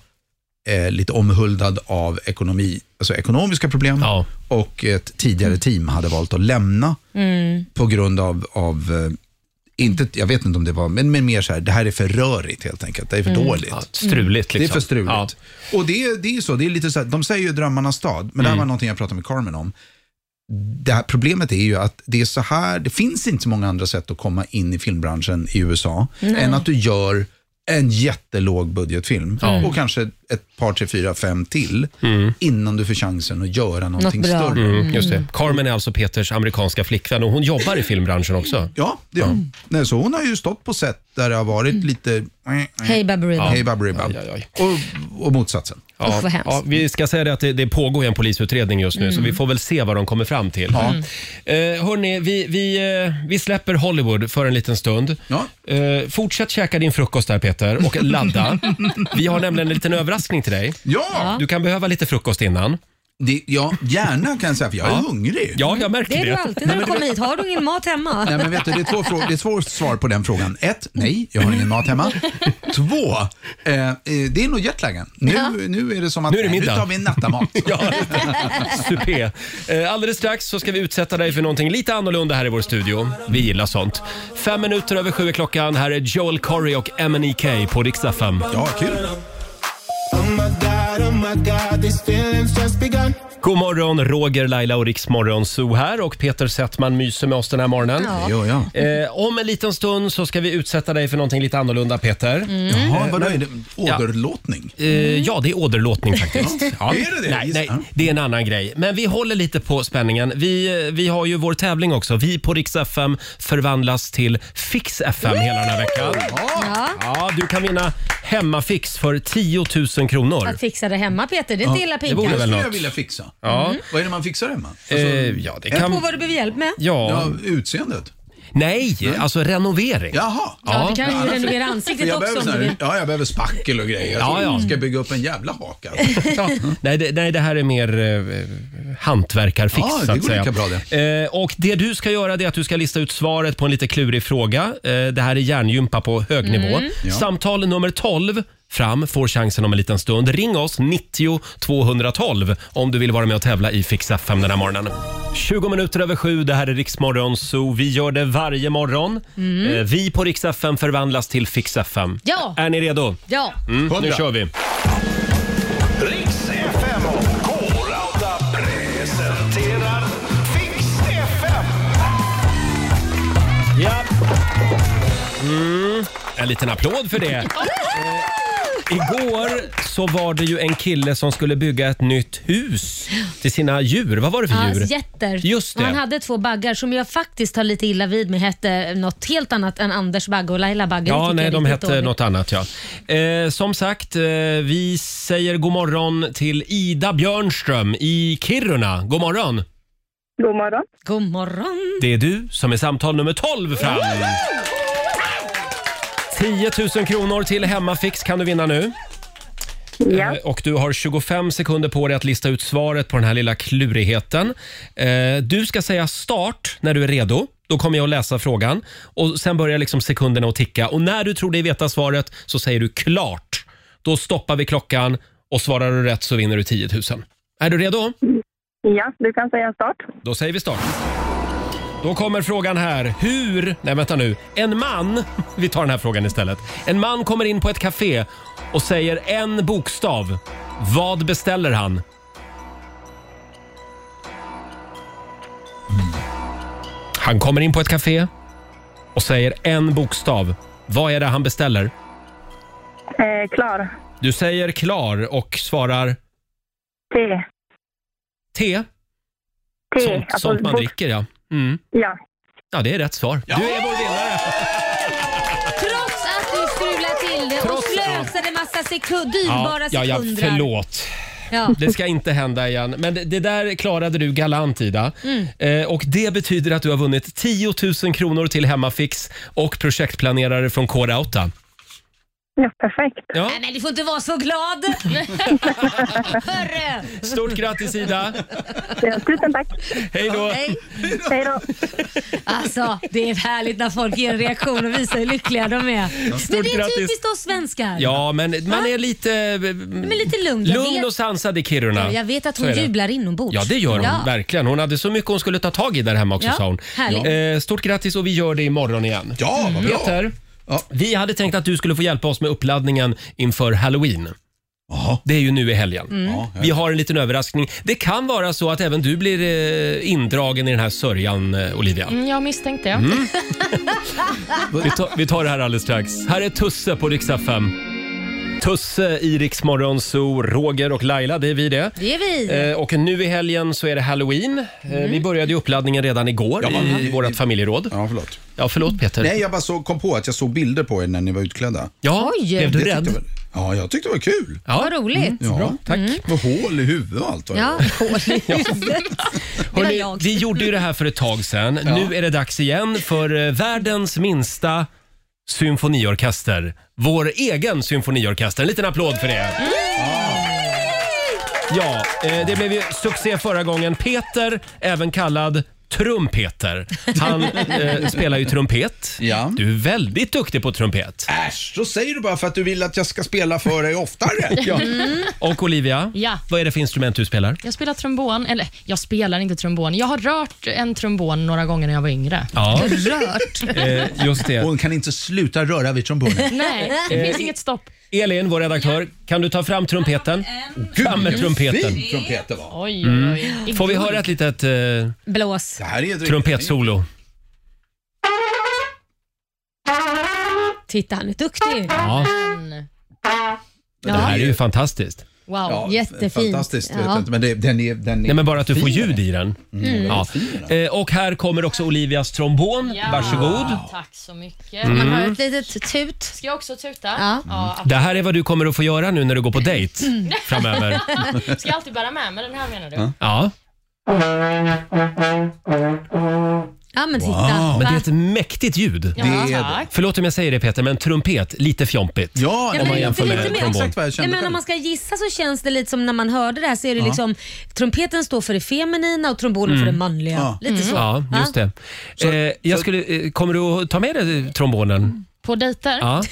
eh, lite omhuldad av ekonomi, alltså ekonomiska problem Ja. och ett tidigare team hade valt att lämna på grund av, av eh, inte, jag vet inte om det var, men, men mer så här, det här är för rörigt helt enkelt. Det är för dåligt. Mm. Ja, struligt liksom. Mm. Det är för struligt. Ja. Och det, är- det är ju så, det är lite så här, de säger ju drömmarnas stad, men det Mm. här var någonting jag pratade med Carmen om. Det här problemet är ju att det är så här, det finns inte så många andra sätt att komma in i filmbranschen i USA än att du gör en jättelåg budgetfilm och kanske ett par, tre, fyra, fem till innan du får chansen att göra någonting bra. större. Mm, just det. Carmen är alltså Peters amerikanska flickvän och hon jobbar i filmbranschen också. Ja, det gör Mm. hon. Nej, så hon har ju stått på sätt där det har varit lite Hej Baberiba. hej babberiba Aj, aj, och, och motsatsen. Usch, vad hemskt. Mm. ja, vi ska säga det att det, det pågår ju en polisutredning just nu, så vi får väl se vad de kommer fram till. Ja. Eh, hörni, vi, vi, eh, vi släpper Hollywood för en liten stund. Ja. Eh, fortsätt käka din frukost där Peter och (laughs) ladda. vi har nämligen en liten överraskning till dig. Ja, Du kan behöva lite frukost innan. det, ja, gärna kan jag säga för jag är hungrig. Ja, jag märker Det det. är du alltid när du kommer hit. Har du ingen mat hemma? Nej, men vet du, det, är två frå- det är två svar på den frågan. Ett, nej, jag har ingen mat hemma. Två, eh, eh, det är nog jetlagen. Nu, nu är det som att Nu är det nej, nu middag. tar vi nattamat. (laughs) Ja, supé. Eh, Alldeles strax så ska vi utsätta dig för någonting lite annorlunda här i vår studio. Vi gillar sånt. Fem minuter över sju är klockan. Här är Joel Corey och MNEK på riksdag 5. Ja, kul. God morgon, Roger, Laila och Riksmorgon Zoo här och Peter Settman myser med oss den här morgonen. Ja. Jo, ja. Eh, om en liten stund så ska vi utsätta dig för någonting lite annorlunda Peter. Jaha, vadå, är det åderlåtning? Eh, ja, Mm. det är åderlåtning faktiskt. Ja. Är det det? Nej, nej, Ja. det är en annan grej. Men vi håller lite på spänningen. Vi, eh, vi har ju vår tävling också. Vi på Rix FM förvandlas till Fix FM hela den här veckan. Ja. Ja, du kan vinna hemmafix för 10 000 kronor. Att fixa det hemma Peter, det är inte illa det pinkat. borde Det väl skulle jag något. vilja fixa. Ja. Vad är det man fixar hemma? Alltså, Eh, ja, det På kan... vad du behöver hjälp med. Ja, ja, utseendet? nej, alltså renovering. Jaha. Ja, du kan Ja, ju annars- renovera För ansiktet jag, också behöver om du sån vill. här, ja, jag behöver spackel och grejer. Ja, ja. Mm. Jag ska bygga upp en jävla alltså. haka. Ja. Nej, det, nej, det här är mer eh, hantverkarfix Ja, Ah, det så att går säga. lika bra det. Eh, och det du ska göra det är att du ska lista ut svaret på en lite klurig fråga. Eh, det här är hjärngympa på hög nivå. Samtal nummer 12 fram får chansen om en liten stund. Ring oss 90 212 om du vill vara med och tävla i Fix FM den här morgonen. 20 minuter över sju, det här är Riksmorgon så vi gör det varje morgon. Eh, vi på Rix FM förvandlas till Fix FM. Ja. Är ni redo? Ja, Mm, nu Hundra. kör vi. Riks FM och K-Rauta presenterar Fix FM. Ja. Mm, en liten applåd för (laughs) det. Eh, Igår så var det ju en kille som skulle bygga ett nytt hus till sina djur. Vad var det för hans djur? jätter. Mm. Just Och Han det. hade två baggar som jag faktiskt tar lite illa vid med hette något helt annat än Anders bagge och Laila bagge. Det Ja, tycker nej, jag är de riktigt hette dåligt. något annat ja. Eh, som sagt, eh, vi säger god morgon till Ida Björnström i Kiruna. God morgon! God morgon. God morgon. Det är du som är samtal nummer 12 fram. 10 000 kronor till Hemmafix kan du vinna nu. Eh, Och du har 25 sekunder på dig att lista ut svaret på den här lilla klurigheten. Eh, Du ska säga start när du är redo. Då kommer jag att läsa frågan och sen börjar liksom sekunderna att ticka. Och när du tror dig veta svaret så säger du klart. Då stoppar vi klockan Och svarar du rätt så vinner du 10 000. Är du redo? Ja, du kan säga start. Då säger vi start. Då kommer frågan här. Hur... Nej, vänta nu. En man... (laughs) Vi tar den här frågan istället. En man kommer in på ett café och säger en bokstav. Vad beställer han? Han kommer in på ett café och säger en bokstav. Vad är det han beställer? Eh, klar. Du säger klar och svarar T. T. te. Sånt, alltså sånt man bok- dricker, ja. Mm. Ja. Ja, det är rätt svar. Du är vår vinnare! Trots att du strulade till det och Trots- slösade massa sekund, dyrbara ja, ja, sekunder. förlåt. Ja. Det ska inte hända igen. Men det, det där klarade du galant, Ida. Mm. Eh, och det betyder att du har vunnit 10 000 kronor till Hemmafix och projektplanerare från k Rauta. ja, perfekt. Ja, Nej, men du får inte vara så glad. (laughs) Hörru. stort grattis, Ida! Ja, tusen (laughs) tack. Hej då! Nej, Hej då. alltså det är härligt när folk ger en reaktion och visar hur lyckliga de är. Men Stort det är grattis. typiskt oss svenskar. Ja, men man är lite... eh, Men lite lugn. Jag Lugn vet- och sansad i Kiruna. Jag vet att Så hon är det. jublar inombords. Ja, det gör hon Ja. verkligen. Hon hade så mycket hon skulle ta tag i där hemma också, Ja, sa hon. härligt. Eh, stort grattis och vi gör det imorgon igen. Ja, vad bra. Peter, Ja. vi hade tänkt att du skulle få hjälpa oss med uppladdningen inför halloween. Jaha. Det är ju nu i helgen. Ja, jag- Vi har en liten överraskning. Det kan vara så att även du blir eh, indragen i den här sörjan, eh, Olivia. Mm, Jag misstänkte det. Vi, tar, vi tar det här alldeles strax. Här är Tusse på riksdag 5. Tusse i Rix Morgon Zoo, Roger och Laila, det är vi det. Det är vi. Eh, Och nu i helgen så är det halloween. Eh, Vi började ju uppladdningen redan igår Mm. Ja, men- i vårt familjeråd. Ja, förlåt. Ja, förlåt Peter. Nej, jag bara så, kom på att jag såg bilder på er när ni var utklädda. Ja, Oj. blev du Det rädd? tyckte jag var- Ja, jag tyckte det var kul. Ja, Vad roligt. Ja, Mm. bra. Tack. Med hål i huvudet och allt. vad det Ja, var. (laughs) (laughs) det var Hörrni, jag. vi gjorde ju det här för ett tag sedan. Nu är det dags igen för eh, världens minsta symfoniorkester. Vår egen symfoniorkester. En liten applåd för det. Ja, eh, det blev ju succé förra gången. Peter, även kallad Trumpeter. Han eh, spelar ju trumpet. Ja. Du är väldigt duktig på trumpet. Äsch, så säger du bara för att du vill att jag ska spela för dig oftare. (laughs) Mm. ja. Och Olivia, Ja. vad är det för instrument du spelar? Jag spelar trombon, eller jag spelar inte trombon. Jag har rört en trombon några gånger när jag var yngre. Ja, Rört. eh, just det. Hon kan inte sluta röra (laughs) vid trombonen. Nej, det finns inget stopp. Elin, vår redaktör, kan du ta fram trumpeten? Fram med trumpeten. Fin trumpet det var. Oj, oj, oj. Får vi höra ett litet eh, Blås. Det här är ett trumpetsolo? Titta, han är duktig. Ja, det här är ju fantastiskt. Wow. Ja, Jättefint. Fantastiskt, vet Ja. jag inte, men det, den är, den är Nej, men bara att du får ljud i den. Ja. fin. Eh, Och här kommer också Olivias trombon. Ja. Varsågod. Tack så mycket. Mm. Man hör ett litet tut. Ska jag också tuta? Ja. Det här är vad du kommer att få göra nu när du går på dejt framöver. absolut. Ska jag alltid bära med mig den här menar du? Ja, Ja, men titta. men det är Va? ett mäktigt ljud. är det. tack. Förlåt om jag säger det Peter, men trumpet, lite fjompigt. Ja, men man det är jämför lite med mer- trombon. exakt vad jag Nej, kände men om själv. man ska gissa så känns det lite som när man hörde det här så är det liksom trumpeten står för det feminina och trombonen för det manliga. Ja. Lite så. Mm. Ja, just det. eh, jag skulle, eh, kommer du att ta med dig trombonen? På dejter? Ja. Eh,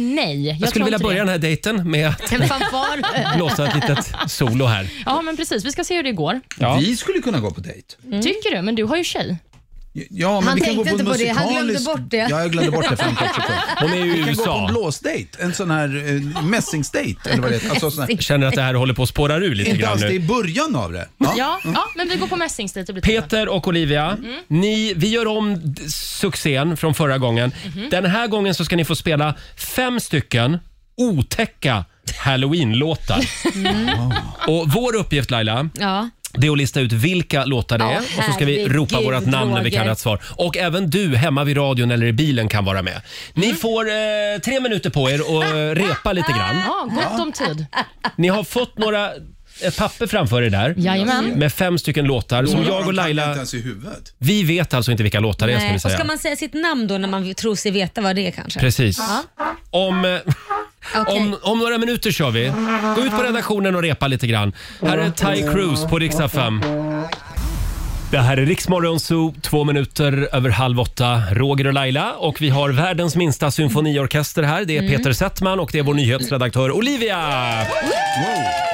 nej. Jag skulle tror vilja inte börja det. den här dejten med att (laughs) En (laughs) fanfar. blåsa ett litet solo här. Ja, men precis. Vi ska se hur det går. Ja. Vi skulle kunna gå på dejt. Tycker du? Men du har ju tjej. Ja, men Han vi tänkte kan gå på inte en på det, han glömde musikalisk- bort det. Ja, jag glömde bort det för en kort (laughs) sekund. Hon är ju i Vi kan gå på en USA. blåsdejt, en sån här eh, mässingsdejt. Eller vad det heter. Alltså, sån här, Känner att det här håller på att spåra ur lite inte grann alls, det är nu. i början av det. Ja, ja men vi går på mässingsdejt. Det blir toppen. Peter och Olivia, Mm. ni, vi gör om d- succén från förra gången. Mm-hmm. Den här gången så ska ni få spela fem stycken otäcka halloween-låtar. Mm. Och vår uppgift Laila, Ja. det är att lista ut vilka låtar det Ja, är och så ska vi herregud, ropa vårt namn när vi kan Roger. rätt svar. Och även du hemma vid radion eller i bilen kan vara med. Ni Mm. får eh, tre minuter på er och (laughs) eh, repa lite grann. Ja, gott om tid. Ni har fått några ett papper framför er där Jajamän. med fem stycken låtar som jag och Jag Laila... inte ens i huvudet. Vi vet alltså inte vilka låtar det är ska vi Nej. Och säga. ska man säga sitt namn då när man tror sig veta vad det är kanske? Precis. Om, eh, Okej. om, om några minuter kör vi. Gå ut på redaktionen och repa lite grann. Här är Ty Cruz på riksdag 5. Det här är Riksmorgon Zoo, två minuter över halv åtta. Roger och Laila och vi har världens minsta symfoniorkester här. Det är Mm. Peter Settman och det är vår nyhetsredaktör Olivia.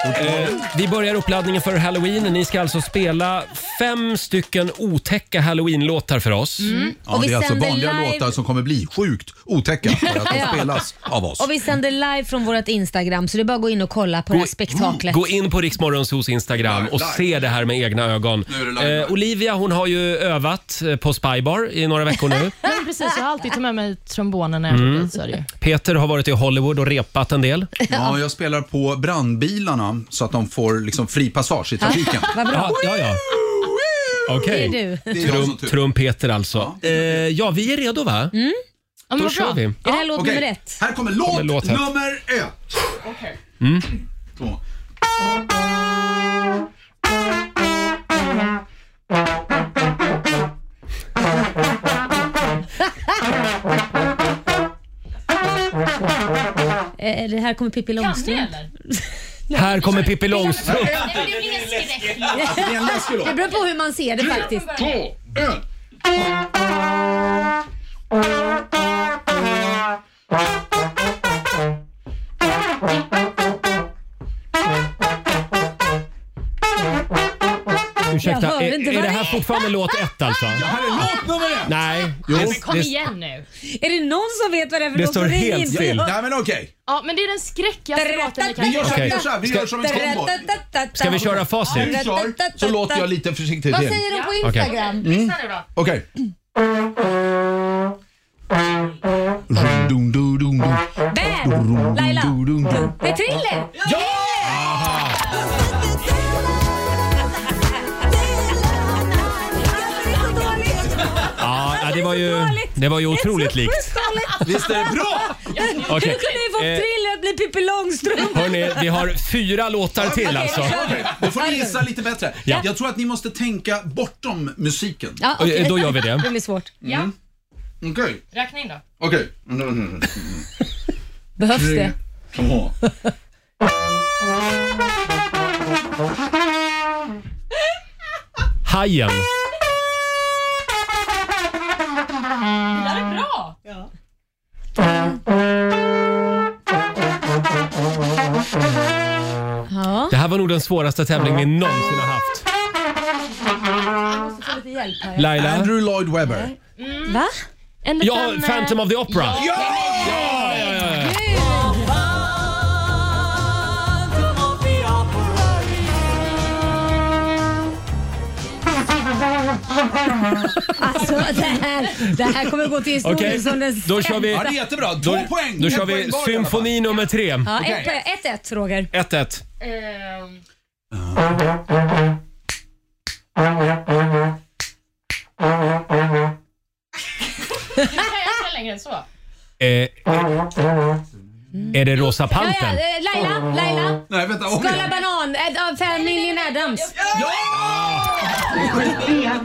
Eh, vi börjar uppladdningen för Halloween. Ni ska alltså spela fem stycken otäcka Halloween-låtar för oss. Mm, Mm. Ja, vi det är alltså sänder vanliga live- låtar som kommer bli sjukt otäcka för att (laughs) de Ja. spelas av oss. Och vi sänder live från vårt Instagram så det är bara att gå in och kolla på det här spektaklet. Gå in på Riksmorgonsos Instagram och se det här med egna ögon. Nu är det live. Eh, Olivia hon har ju övat eh, på Spybar i några veckor (laughs) nu. Ja, men precis, jag har alltid tagit med mig trombonen när jag Mm. går dit. så är det ju. Peter har varit i Hollywood och repat en del. Ja, jag spelar på brandbilarna så att de får liksom fri passage (laughs) i trafiken. Vad bra. Ja, ja, ja. Okej. Det är du. Mm, Det är jag som Trum, tur. trumpeter alltså. Ja. Eh, ja, vi är redo va? Ja, men Då vad kör bra. vi. Är det här låt Okej, nummer ett? Här Mm. kommer låt, Kommer låt här. nummer ett. Alltså, Okej. Eh, Det här kommer Pippi Långstrump. Här kommer Pippi Långstrump. Det är en läskig låt. Det beror på hur man ser det faktiskt. Två, en. Jag Ursäkta, hörde är, inte är vad det det här är. fortfarande låt ett alltså? Här är låt nummer ett. Nej. Kom igen nu. Är det någon som vet vad det är för Det låt? står Ring helt in. still. Nej men okej. Ja, men det är den skräckigaste låten vi Vi kan gör så här, Okej. vi gör så här. Vi Ska- gör som en kombo. Ska vi köra facit? Vi kör, så låter jag lite försiktigt Vad till. säger de på Okej. Instagram? Lyssna nu då. Okej. Dum, dum, dum, dum. Bam! Laila! Dum, dum, dum. Det är Thriller! Ja, ja, det var ju, det var ju otroligt likt. Visst är det bra? Okej. Hur kunde vi få Eh. Thriller att bli Pippi Långstrump? Hörni, vi har fyra låtar till alltså. Okej, Då får ni gissa lite bättre. Jag tror att ni måste tänka bortom musiken. Ja, Och, okej. eh, Då gör vi Det det. blir svårt. Ja, Okej. räkna in då. Okej. Mm, mm, mm. Behövs det? Kom ihåg. Hajen. Det där är bra. Ja. Det här var nog den svåraste tävling vi någonsin har haft. Lite hjälp här. Laila? Andrew Lloyd Webber. Mm. Va? En Ja, liten, eh, Phantom of the Opera. Alltså det här, det här kommer gå till historien Okej, som den då kör vi, Ja, det är jättebra. Två då, poäng. då En kör poäng vi var i alla fall. symfoni nummer tre. Ja, 1-1 ett, ett, Roger. 1-1. ehm, Nu kan jag inte längre än så. Eh, är det Rosa Ja, ja, Pantern? eh, Laila, Laila. Nej, vänta. Om Skala igen. banan, Ed, av familjen Adams.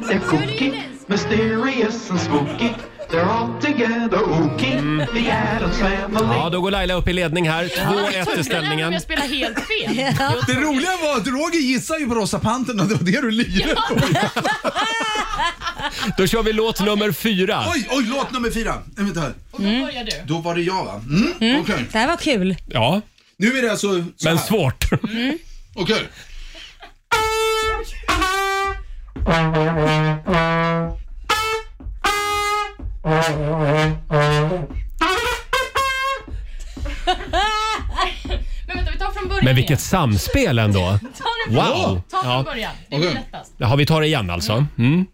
They're kooky, mysterious and spooky. They're all together ooky. Mm. The Addams Family. Ja, då går Laila upp i ledning här. 2-1 i Den ställningen. jag spela helt (laughs) fel. Det roliga var att Roger gissade ju på Rosa Pantern och det var det du lirade på. Då kör vi låt nummer fyra. Oj, oj, låt nummer fyra. Nej, Vänta här. Mm. Och då börjar du. Då var det jag va? Mm, okej. Det här var kul. Ja, Nu är det alltså så men här. svårt. Okej. Men vänta, vi tar från början Men igen. vilket samspel ändå. Ta det från, Wow! ta från Ja, början. Det är Okej. lättast. Jaha, vi tar det igen alltså. Mm.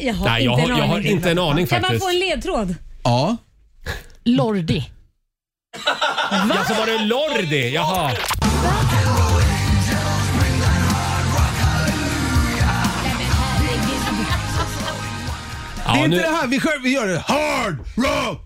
Jag har Nej, jag, inte har- en jag har aning. inte en aning Kan man faktiskt. få en ledtråd? Ja. Lordi. Ja, så var det Lordi. Jaha. Det är Ja, inte nu... det här vi själv, vi gör det. Hard rock!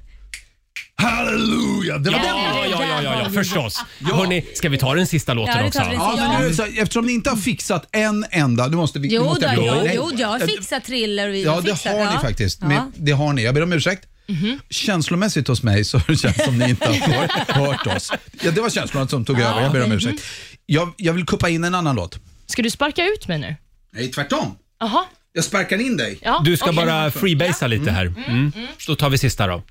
Hallelujah! Det var Ja, den. ja, ja, ja, ja, ja förstås. Hörni, ska vi ta den sista Ja, låten det också? tar vi. Ja, men nu, är det så här, eftersom ni inte har fixat en enda, nu måste vi... nu Jo, måste då, jag- jo, Nej. jo, jag har fixat thriller. och vi Ja, det fixat- har ni ja. faktiskt. Ja. Men, det har ni. Jag ber om ursäkt. Känslomässigt hos mig så (laughs) känns det som ni inte har hört oss. Ja, det var känslorna som tog över, jag ber om ursäkt. Jag, jag vill kuppa in en annan låt. Ska du sparka ut mig nu? Nej, tvärtom. Jaha. Jag sparkar in dig. Ja, Du ska okej. bara freebasea lite här. Mm. Då tar vi sista då.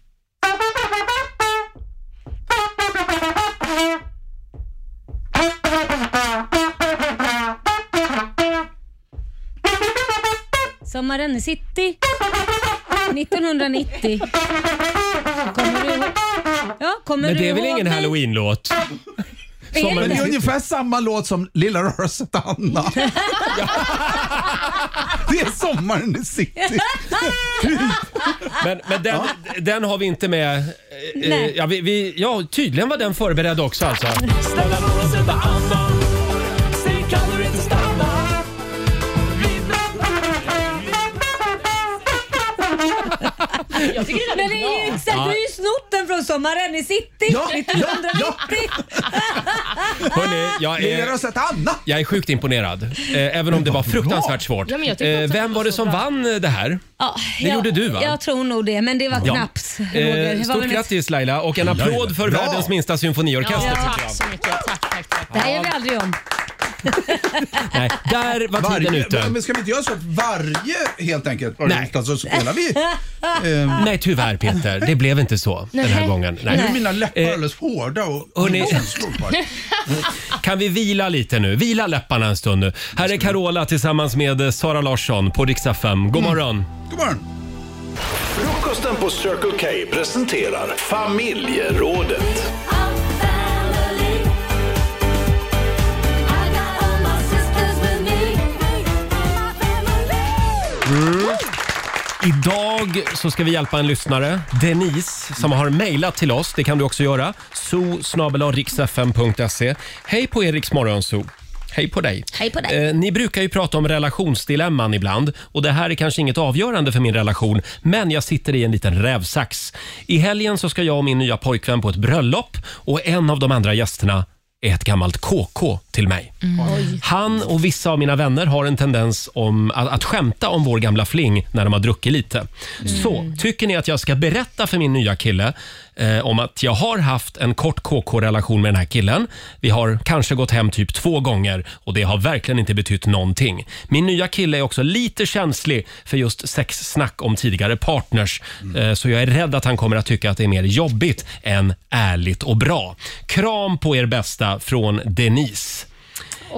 Sommaren i city 1990. Kommer du ihåg? Ja, kommer Men du det är väl ihåg ingen mig? halloween-låt? Är det Men det Sommaren- är ungefär samma låt som Lilla röret Anna. Det är sommaren i city. Men, men den, den har vi inte med. eh, eh, Nej. Ja, vi, vi, ja, tydligen var den förberedd också alltså. Jag tycker Men den är det är ju bra. exakt, du har ju snott den från Sommaren i city Ja, ja, 1990. ja. Hörrni, jag Lilla är, röret Anna. jag är sjukt imponerad. Eh, Även om det var fruktansvärt svårt. Ja, men jag tycker Eh, också att Vem var det var det så som bra. vann eh, det här? Ja, Det gjorde du, va? Jag tror nog det, men det var Ja. knappt. Roger. Eh, Vad var Stort det- grattis Laila och en applåd för Bra. världens minsta Ja, symfoniorkester. tycker tack jag. så mycket. Tack, tack, tack. Det här gör vi aldrig om. Nej, där var tiden Varje, ute. men ska vi inte göra så att varje helt enkelt Alltså, Nej. så spelar vi? Eh, Nej tyvärr Peter, det blev inte så den här Nej. gången. nu Nej. är mina läppar alldeles hårda och hörni- och känslor på det. Kan vi vila lite nu? Vila läpparna en stund nu. Här är Carola tillsammans med eh, Sara Larsson på Rix FM. God morgon! God morgon. Frukosten på Circle K presenterar Familjerådet. Idag så ska vi hjälpa en lyssnare, Denise, som har mejlat till oss. Det kan du också göra. zoo.riksfm.se. Hej på er Rix Morgonzoo. Hej på dig. Hej på dig. Eh, ni brukar ju prata om relationsdilemman ibland och det här är kanske inget avgörande för min relation, men jag sitter i en liten rävsax. I helgen så ska jag och min nya pojkvän på ett bröllop och en av de andra gästerna är ett gammalt KK till mig. Han och vissa av mina vänner har en tendens om att, att skämta om vår gamla fling när de har druckit lite. Så, tycker ni att jag ska berätta för min nya kille eh, om att jag har haft en kort KK-relation med den här killen? Vi har kanske gått hem typ två gånger och det har verkligen inte betytt någonting. Min nya kille är också lite känslig för just sexsnack om tidigare partners, eh, så jag är rädd att han kommer att tycka att det är mer jobbigt än ärligt och bra. Kram på er bästa från Denise.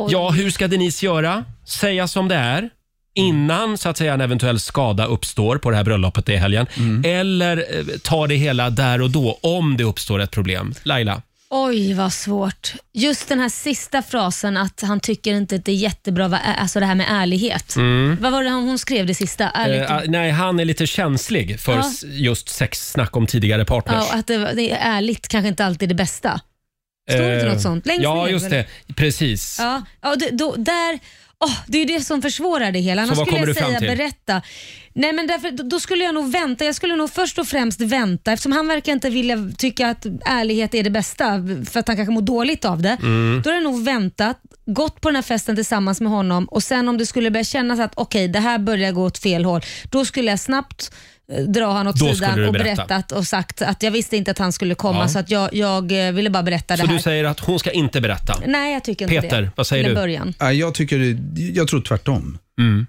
Ja, hur ska Denise göra? Säga som det är innan så att säga en eventuell skada uppstår på det här bröllopet i helgen. Eller eh, ta det hela där och då om det uppstår ett problem. Laila? Oj, vad svårt. Just den här sista frasen att han tycker inte att det är jättebra, vad- alltså det här med ärlighet. Vad var det hon skrev det sista? Ärligt. Mm. Eh, ah, nej, han är lite känslig för Ja. s- just sexsnack om tidigare partners. Ja, och att det, var- det är ärligt kanske inte alltid är det bästa. Står det inte något sånt? Längst Eh, ja, ner, just eller? det. Precis. Ja, ja det, då, där, åh, det är ju det som försvårar det hela. Annars vad skulle kommer jag du fram säga till? berätta. Nej, men därför, då, då skulle jag nog vänta. Jag skulle nog först och främst vänta eftersom han verkar inte vilja tycka att ärlighet är det bästa för att han kanske mår dåligt av det. Mm. Då har jag nog väntat, gått på den här festen tillsammans med honom och sen om det skulle börja kännas att okej, det här börjar gå åt fel håll. Då skulle jag snabbt eh, dra han åt Då skulle du sidan och berätta. berättat och sagt att jag visste inte att han skulle komma Ja. så att jag, jag eh, ville bara berätta Så det här. du säger att hon ska inte berätta? Nej, jag tycker inte det. Peter, vad säger Till en du? Början. Nej, Jag, tycker, jag tror tvärtom. Mm.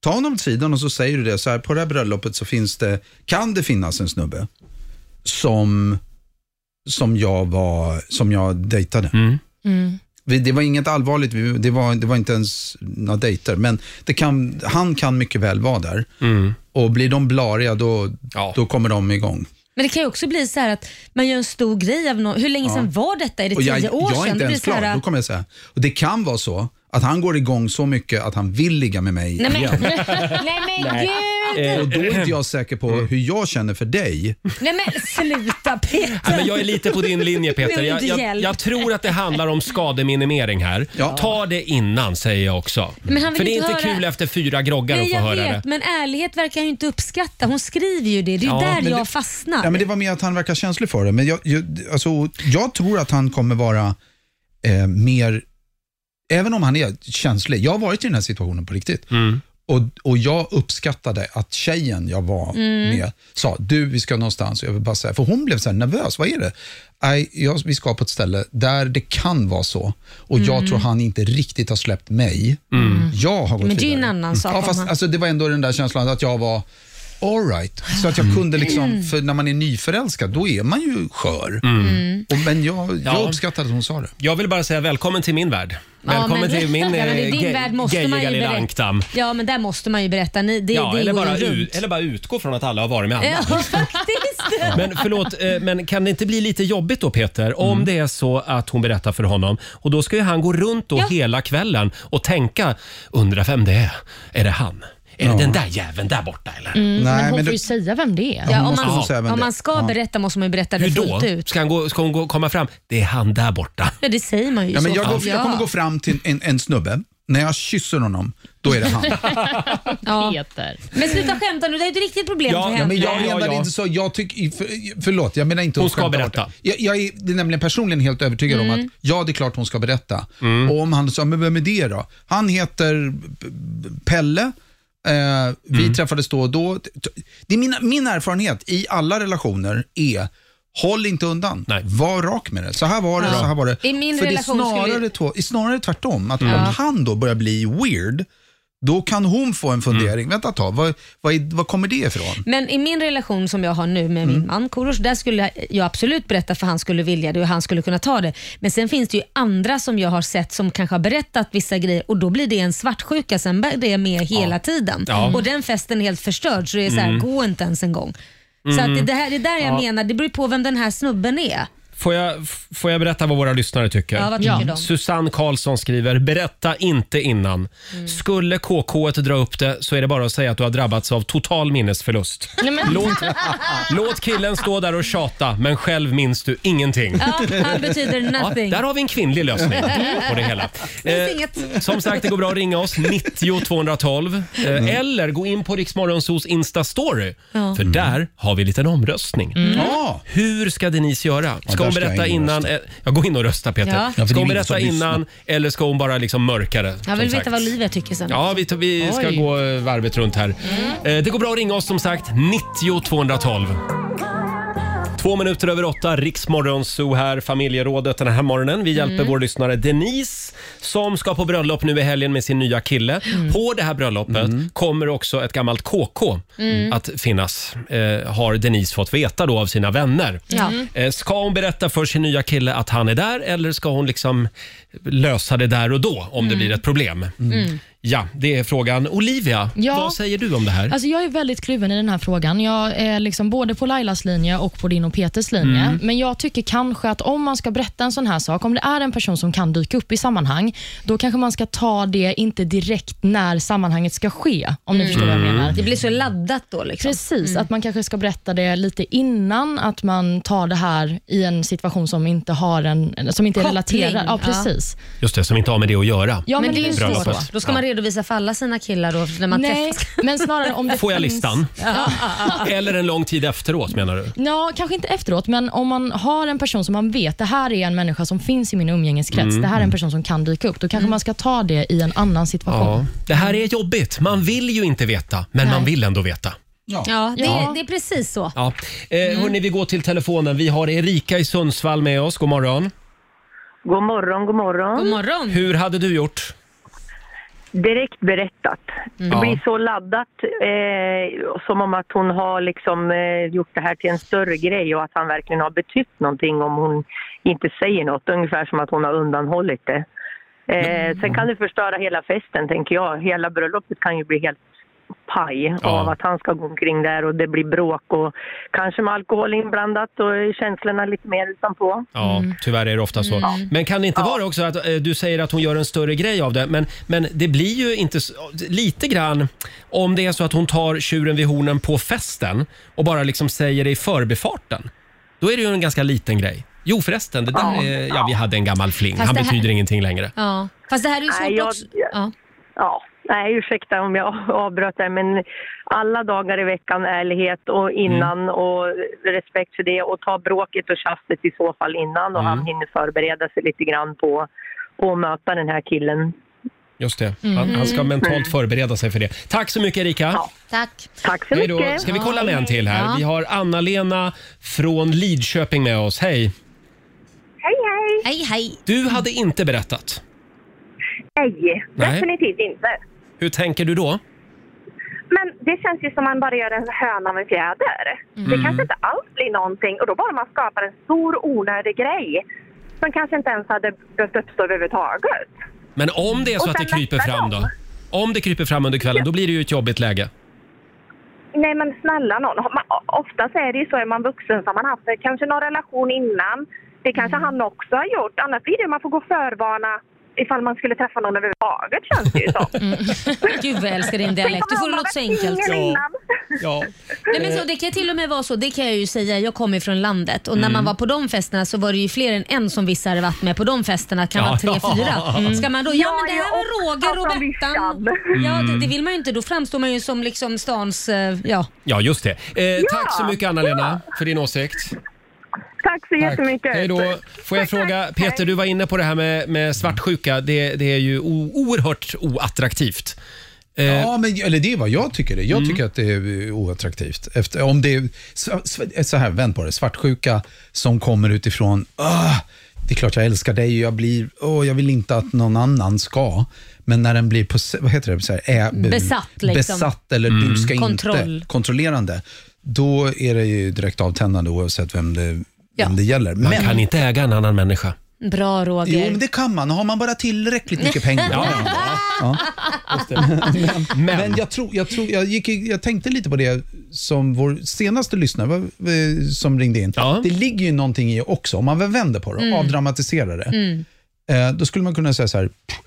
Ta honom åt sidan och så säger du det. Så här, på det här bröllopet så finns det, kan det finnas en snubbe som, som, jag, var, som jag dejtade. Mm. Vi- Det var inget allvarligt, vi- det var, det var inte ens några dejter. Men det kan, han kan mycket väl vara där. Mm. Och blir de blariga då, Ja. då kommer de igång. Men det kan ju också bli så här att man gör en stor grej av något. Hur länge sedan var detta? Är det Och tio jag, år jag är sedan? inte Det blir ens så klar, här, äh, då kommer jag säga. Och det kan vara så att han går igång så mycket att han vill ligga med mig Nej igen. men, (laughs) nej men gud! Eh, Och då är inte jag säker på hur jag känner för dig. Nej men sluta Peter! Ja, men jag är lite på din linje Peter. Behöver Jag, inte jag, hjälp. jag tror att det handlar om skademinimering här. Ja. Ta det innan säger jag också. Men han vill För det är inte inte höra- kul efter fyra groggar att Nej, få jag höra vet, det. men ärlighet verkar ju inte uppskatta. Hon skriver ju det. Det är Ja, ju där men jag det- fastnar. Ja, men det var mer att han verkar känslig för det. Men jag, jag, alltså, jag tror att han kommer vara eh, mer, även om han är känslig, jag har varit i den här situationen på riktigt. Och, och jag uppskattade att tjejen jag var Mm. med sa, du vi ska någonstans, jag vill bara säga, för hon blev så här nervös, vad är det? Nej, jag, vi ska på ett ställe där det kan vara så och jag Mm. tror han inte riktigt har släppt mig. Jag har gått Men det är ju vidare. en annan sak Ja, om fast, man- alltså, det var ändå den där känslan att jag var all right. Så att jag kunde liksom, Mm. för när man är nyförälskad, då är man ju skör. Mm. Och, men jag, jag Ja. uppskattade att hon sa det. Jag vill bara säga välkommen till min värld. Ja, Välkommen men- till min (laughs) ja, men i eh, din ge- värld måste man ju gejiga lilla berätta. ankdamm. Ja, men där måste man ju berätta. Ni, det, Ja, det eller, går bara ju runt. ut, eller bara utgå från att alla har varit med alla. (laughs) Ja, (laughs) faktiskt. Men förlåt, eh, men kan det inte bli lite jobbigt då Peter? Mm. Om det är så att hon berättar för honom och då ska ju han gå runt då hela kvällen och tänka, undra vem det är? Är det han? Är det den där jäveln där borta eller? Mm, men hon får ju säga vem det är. Ja, om man, hon säga vem om det- man ska Ja. berätta måste man ju berätta det Hur fullt då? ut. Ska, han gå, ska hon gå, komma fram? Det är han där borta. Ja, det säger man ju Ja, men i så jag, fall. går, jag kommer gå fram till en, en snubbe, när jag kysser honom, då är det han. ja. Peter. Men sluta skämta nu, det är ju ett riktigt problem för henne. men jag menar inte så. Jag tycker, för, förlåt, jag menar inte Hon att ska skämta berätta. bort det. Jag, jag är det är nämligen personligen helt övertygad om Mm. att ja, det är klart hon ska berätta. Och om han sa, men vem är det då? Han heter P- Pelle. Eh, vi Mm. träffades då och då. Det är min, min erfarenhet i alla relationer är Håll inte undan. Var rak med det. Så här var det, Ja. så här var det. I min För det är relation skulle- snarare, två, snarare tvärtom. Att Mm. om Ja. han då börjar bli weird, då kan hon få en fundering. Mm. Vänta ett tag, vad, vad, är, vad kommer det ifrån? Men i min relation som jag har nu med Mm. min man Korosh, där skulle jag absolut berätta för han skulle vilja det och han skulle kunna ta det. Men sen finns det ju andra som jag har sett som kanske har berättat vissa grejer och då blir det en svartsjuka, sen bär det med hela tiden. Ja. Och den festen är helt förstörd så det är så här, Mm. gå inte ens en gång. Så Mm. att det, det, här, det är där jag Ja. menar, det beror på vem den här snubben är. Får jag, f- får jag berätta vad våra lyssnare tycker? Mm. Ja, vad tycker Ja. de? Susanne Karlsson skriver, berätta inte innan. Mm. Skulle KK dra upp det så är det bara att säga att du har drabbats av total minnesförlust. Nej, men- Låt, låt killen stå där och tjata, men själv minns du ingenting. Ja, han betyder (laughs) nothing. Ja, där har vi en kvinnlig lösning på det hela. Minns Eh, inget. som sagt, det går bra att ringa oss, 90 212. Eh, Mm. Eller gå in på Riksmorgonsos Insta-story. Ja. För där har vi en liten omröstning. Mm. Ja. Hur ska Denise göra? Ja, Ska där hon ska jag berätta in och innan? rösta. eh, Ja, gå in och rösta Peter. Ja. Ja, för det är ska hon ingen berätta som lyssnar. innan eller ska hon bara liksom mörka det? Jag vill som veta sagt? vad livet tycker sen. Ja, vi, vi ska Oj. Mm. gå eh, varvet runt här. Eh, Det går bra att ringa oss som sagt, 90 212. Två minuter över åtta, Riksmorgonzoo här, familjerådet den här morgonen. Vi hjälper Mm. vår lyssnare Denise som ska på bröllop nu i helgen med sin nya kille. Mm. På det här bröllopet kommer också ett gammalt KK Mm. att finnas, eh, har Denise fått veta då av sina vänner. Ja. Eh, ska hon berätta för sin nya kille att han är där eller ska hon liksom lösa det där och då om det blir ett problem? Mm. Ja, det är frågan. Olivia, Ja. vad säger du om det här? (laughs) Alltså jag är väldigt kluven i den här frågan. Jag är liksom både på Lailas linje och på din och Peters linje. Mm. Men jag tycker kanske att om man ska berätta en sån här sak, om det är en person som kan dyka upp i sammanhang, då kanske man ska ta det inte direkt när sammanhanget ska ske, om ni Mm. förstår vad jag menar. Det blir så laddat då. Liksom. Precis, Mm. att man kanske ska berätta det lite innan, att man tar det här i en situation som inte har en, som inte är Koppling, relaterad. Ja, ja. precis. Just det, som inte har med det att göra. Ja, men det är ju Bröllopet. så. Då ska man redovisa för alla sina killar då, när man Nej, träffas. (laughs) men snarare om det Får jag finns- listan? Ja. Eller en lång tid efteråt menar du? Ja, kanske inte efteråt, men om man har en person som man vet, det här är en människa som finns i min umgängeskrets, Mm. det här är en person som kan dyka upp, då kanske man ska ta det i en annan situation. Ja. Det här är jobbigt. Man vill ju inte veta, men man vill ändå veta. Ja, det, Ja. Är, det är precis så. Ja. Eh, Mm. Hörni, vi går till telefonen. Vi har Erika i Sundsvall med oss. God Mm. morgon. God morgon, god morgon. God morgon. Hur hade du gjort? Direkt berättat. Ja. Det blir så laddat eh, som om att hon har liksom, eh, gjort det här till en större grej och att han verkligen har betytt någonting om hon inte säger något. Ungefär som att hon har undanhållit det. Eh, sen kan det förstöra hela festen, tänker jag. Hela bröllopet kan ju bli helt paj av att han ska gå omkring där och det blir bråk och kanske med alkohol inblandat och känslorna lite mer utanpå. Ja, tyvärr är det ofta så. Mm. Men kan det inte vara också att eh, du säger att hon gör en större grej av det, men, men det blir ju inte s- lite grann om det är så att hon tar tjuren vid hornen på festen och bara liksom säger det i förbifarten. Då är det ju en ganska liten grej. Jo förresten, det där, Ja. är- ja vi hade en gammal fling. Fast Han det här- betyder ingenting längre. Ja. Fast det här är ju Nej, svårt jag- också. Ja. Ja, nej ursäkta om jag (laughs) avbröt där men alla dagar i veckan ärlighet Mm. och innan och respekt för det och ta bråket och tjafset i så fall innan och Mm. han hinner förbereda sig lite grann på att möta den här killen. Just det. Mm. Han, han ska Mm. mentalt Mm. förbereda sig för det. Tack så mycket Erika. Tack. Tack Hej då. Ska vi kolla med en till här? Vi har Anna-Lena från Lidköping med oss. Hej! Hej, hej! Hej, hej! Du hade inte berättat. Nej, Nej. definitivt inte. Hur tänker du då? Men det känns ju som man bara gör en höna med fjäder. Det Mm. kanske inte alls blir någonting och då bara man skapar en stor onödig grej som kanske inte ens hade behövt uppstå överhuvudtaget. Men om det är så Och att det sen kryper nästa fram då? Om det kryper fram under kvällen, då blir det ju ett jobbigt läge. Nej men snälla någon. Man, oftast är det ju så, är man vuxen så har man haft kanske någon relation innan. Det kanske Mm. han också har gjort. Annars blir det man får gå och förvarna ifall man skulle träffa någon överhuvudtaget känns det ju (laughs) som. Gud vad jag älskar din dialekt. Du får det låta så enkelt. Ingen innan. Ja. Nej, men så, det kan till och med vara så, det kan jag ju säga, jag kommer från landet och när Mm. man var på de festerna så var det ju fler än en som vissa hade varit med på de festerna, kan Ja. vara tre, fyra. Mm. Ska man då, ja Ja, men det här jag var också Roger, från Robertan. Viskan. Ja, det, Mm. det vill man ju inte, då framstår man ju som liksom stans, eh, ja. Ja, just det. Eh, Ja, Tack så mycket Anna-Lena för din åsikt. (laughs) Tack så jättemycket. Hej då. Får jag fråga, Peter, du var inne på det här med, med svartsjuka. Det, det är ju o- oerhört oattraktivt. Eh, Ja, men, eller det är vad jag tycker. Det. Jag tycker att det är eh, oattraktivt. Efter, om det är, så, så- så här, vänd på det. Svartsjuka som kommer utifrån, "Ah, det är klart jag älskar dig och jag, blir, åh, jag vill inte att någon annan ska. Men när den blir på, vad heter det, så här, är, Besatt, liksom. besatt eller Mm. du ska Kontroll. inte, kontrollerande, då är det ju direkt avtändande oavsett vem det, vem Ja. det gäller. Man kan inte äga en annan människa. Bra Jo, Roger. men det kan man. Har man bara tillräckligt (laughs) mycket pengar. Ja, Ja. men, men jag, tror, jag, tror, jag, gick, jag tänkte lite på det som vår senaste lyssnare var- eh, som ringde in. Det ligger ju någonting i också, om man väl vänder på det och Mm. avdramatiserar det. Mm. Eh, då skulle man kunna säga så här, pff,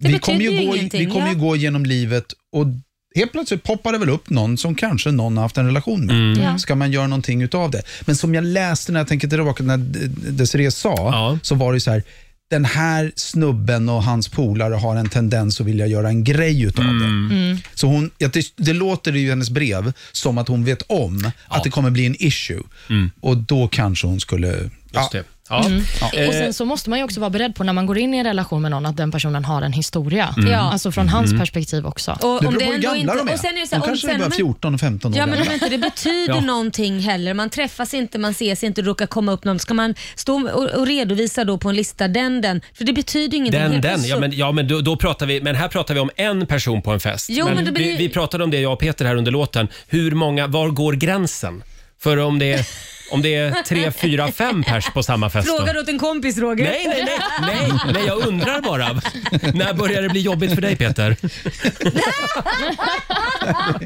Det vi kommer, betyder ju ju gå, vi ingenting, kommer ju ja. gå genom livet och helt plötsligt poppar det väl upp någon som kanske någon har haft en relation med. Ja. Ska man göra någonting utav det? Men som jag läste när jag tänker tillbaka, när D- Desiree sa, så var det ju så här, den här snubben och hans polare har en tendens att vilja göra en grej utav det. Mm. Så hon, ja, det, det låter i hennes brev som att hon vet om att det kommer bli en issue. Och då kanske hon skulle... Mm. Just det. Mm. Ja. Och Sen så måste man ju också vara beredd på när man går in i en relation med någon att den personen har en historia. Mm. Ja. Alltså från hans Mm. perspektiv också. Och det om beror det på hur ändå gamla inte- de är. och sen är det så här, de om kanske sen- är bara men- 14 och 15 år Ja, men (laughs) gamla. om inte (laughs) det betyder Ja. någonting heller, man träffas inte, man ses inte, det råkar komma upp någon, ska man stå och, och redovisa då på en lista, den, den, för det betyder ju ingenting. Den, Helt den. plötsligt Ja, så- men, ja, men, då, då pratar vi, men här pratar vi om en person på en fest. Jo, men det blir vi, ju- vi pratade om det, jag och Peter, här under låten. Hur många, var går gränsen? För om det är, om det är tre, fyra, fem pers på samma fest då? Frågar du åt en kompis Roger? (laughs) Nej, nej, nej, nej, nej, jag undrar bara. När börjar det bli jobbigt för dig Peter?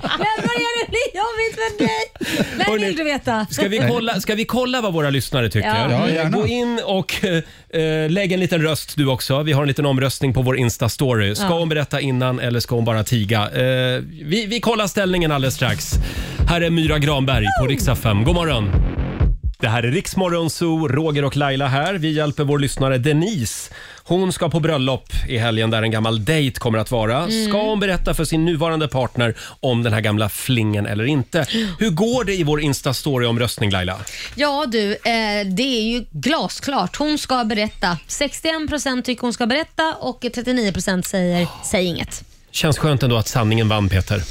När börjar det bli jobbigt för (laughs) dig? När vill du veta? Ska vi kolla, ska vi kolla vad våra lyssnare tycker? Ja. Ja, gärna. Eh, Gå in och eh, eh, lägg en liten röst du också. Vi har en liten omröstning på vår Insta-story. Ska Ja. hon berätta innan eller ska hon bara tiga? Eh, vi, vi kollar ställningen alldeles strax. Här är Myra Granberg på riksdag 5. God morgon! Det här är Riksmorgon Zoo, Roger och Laila här. Vi hjälper vår lyssnare Denise. Hon ska på bröllop i helgen där en gammal dejt kommer att vara. Mm. Ska hon berätta för sin nuvarande partner om den här gamla flingen eller inte? Hur går det i vår Insta-story-omröstning Laila? Ja du, eh, det är ju glasklart. Hon ska berätta. 61% tycker hon ska berätta och 39% säger säg inget. Känns skönt ändå att sanningen vann Peter.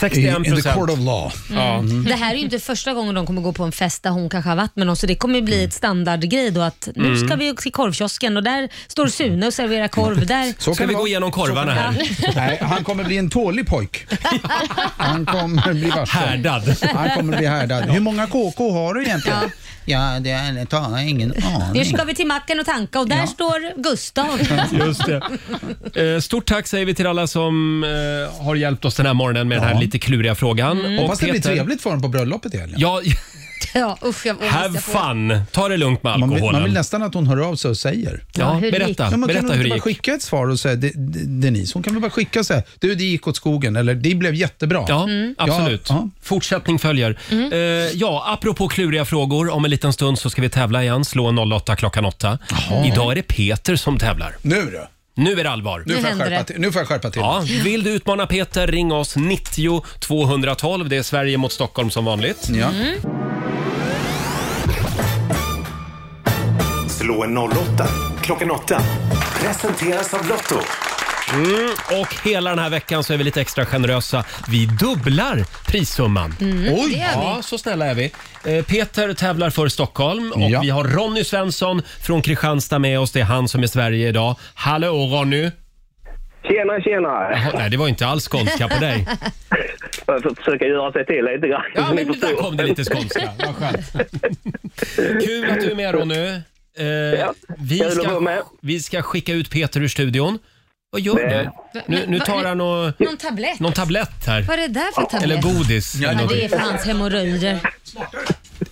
61 In- in the court of law. Ja. Det här är ju inte första gången de kommer gå på en fest där hon kanske har varit med någon, så det kommer ju bli ett standardgrej då att nu Mm. ska vi till korvkiosken och där står Sune och serverar korv. Där... Så kan det vara. Så kan det vara. Nej, han kommer bli en tålig pojk. Han kommer bli varse. Härdad. Han kommer bli härdad. Hur många KK har du egentligen? Ja. Ja, det är ärligt talat ingen Nu aning. ska vi till macken och tanka och där (laughs) står Gustav. Just det. (laughs) Eh, Stort tack säger vi till alla som eh, har hjälpt oss den här morgonen med den här lite kluriga frågan. Hoppas det blir Peter- trevligt för honom på bröllopet i helgen. Ja, Ja, usch, jag ångest have jag får. fun. Ta det lugnt med Man alkoholen. vill, man vill nästan att hon hör av sig och säger. Ja, hur det berätta. gick. Ja, man Berätta kan väl hur det inte bara gick. skicka ett svar och säga "Det- det- Denise, hon kan väl bara skicka och säga du det gick åt skogen eller det blev jättebra. Ja, absolut. Fortsättning följer. Eh, ja, apropå kluriga frågor. Om en liten stund så ska vi tävla igen. Slå en 08 klockan 8. Idag är det Peter som tävlar. Nu då? Nu är det allvar. Nu får, jag skärpa till, nu får jag skärpa till Ja, mig. vill du utmana Peter, ring oss 90 212. Det är Sverige mot Stockholm som vanligt. Ja. Mm. Slå en 08 klockan 8. Presenteras av Lotto. Mm, och hela den här veckan så är vi lite extra generösa. Vi dubblar prissumman. Mm, det Oj! är vi. Ja, så snälla är vi. Eh, Peter tävlar för Stockholm och vi har Ronny Svensson från Kristianstad med oss. Det är han som är Sverige idag. Hallå Ronny! Tjena, tjena! Jaha, nej, det var inte alls skånska på dig. Jag får försöka göra sig till lite grann. Ja, men där kom det lite skånska. Vad skönt. Kul att du är med Ronny. Eh, vi, kul att ska, vara med. vi ska skicka ut Peter ur studion. Vad gör du? Nu, nu tar han och, Någon tablett? någon tablett här. Vad är det där för tablett? Eller godis. Ja, Eller det är någonting. för hans hemorrojder. ja,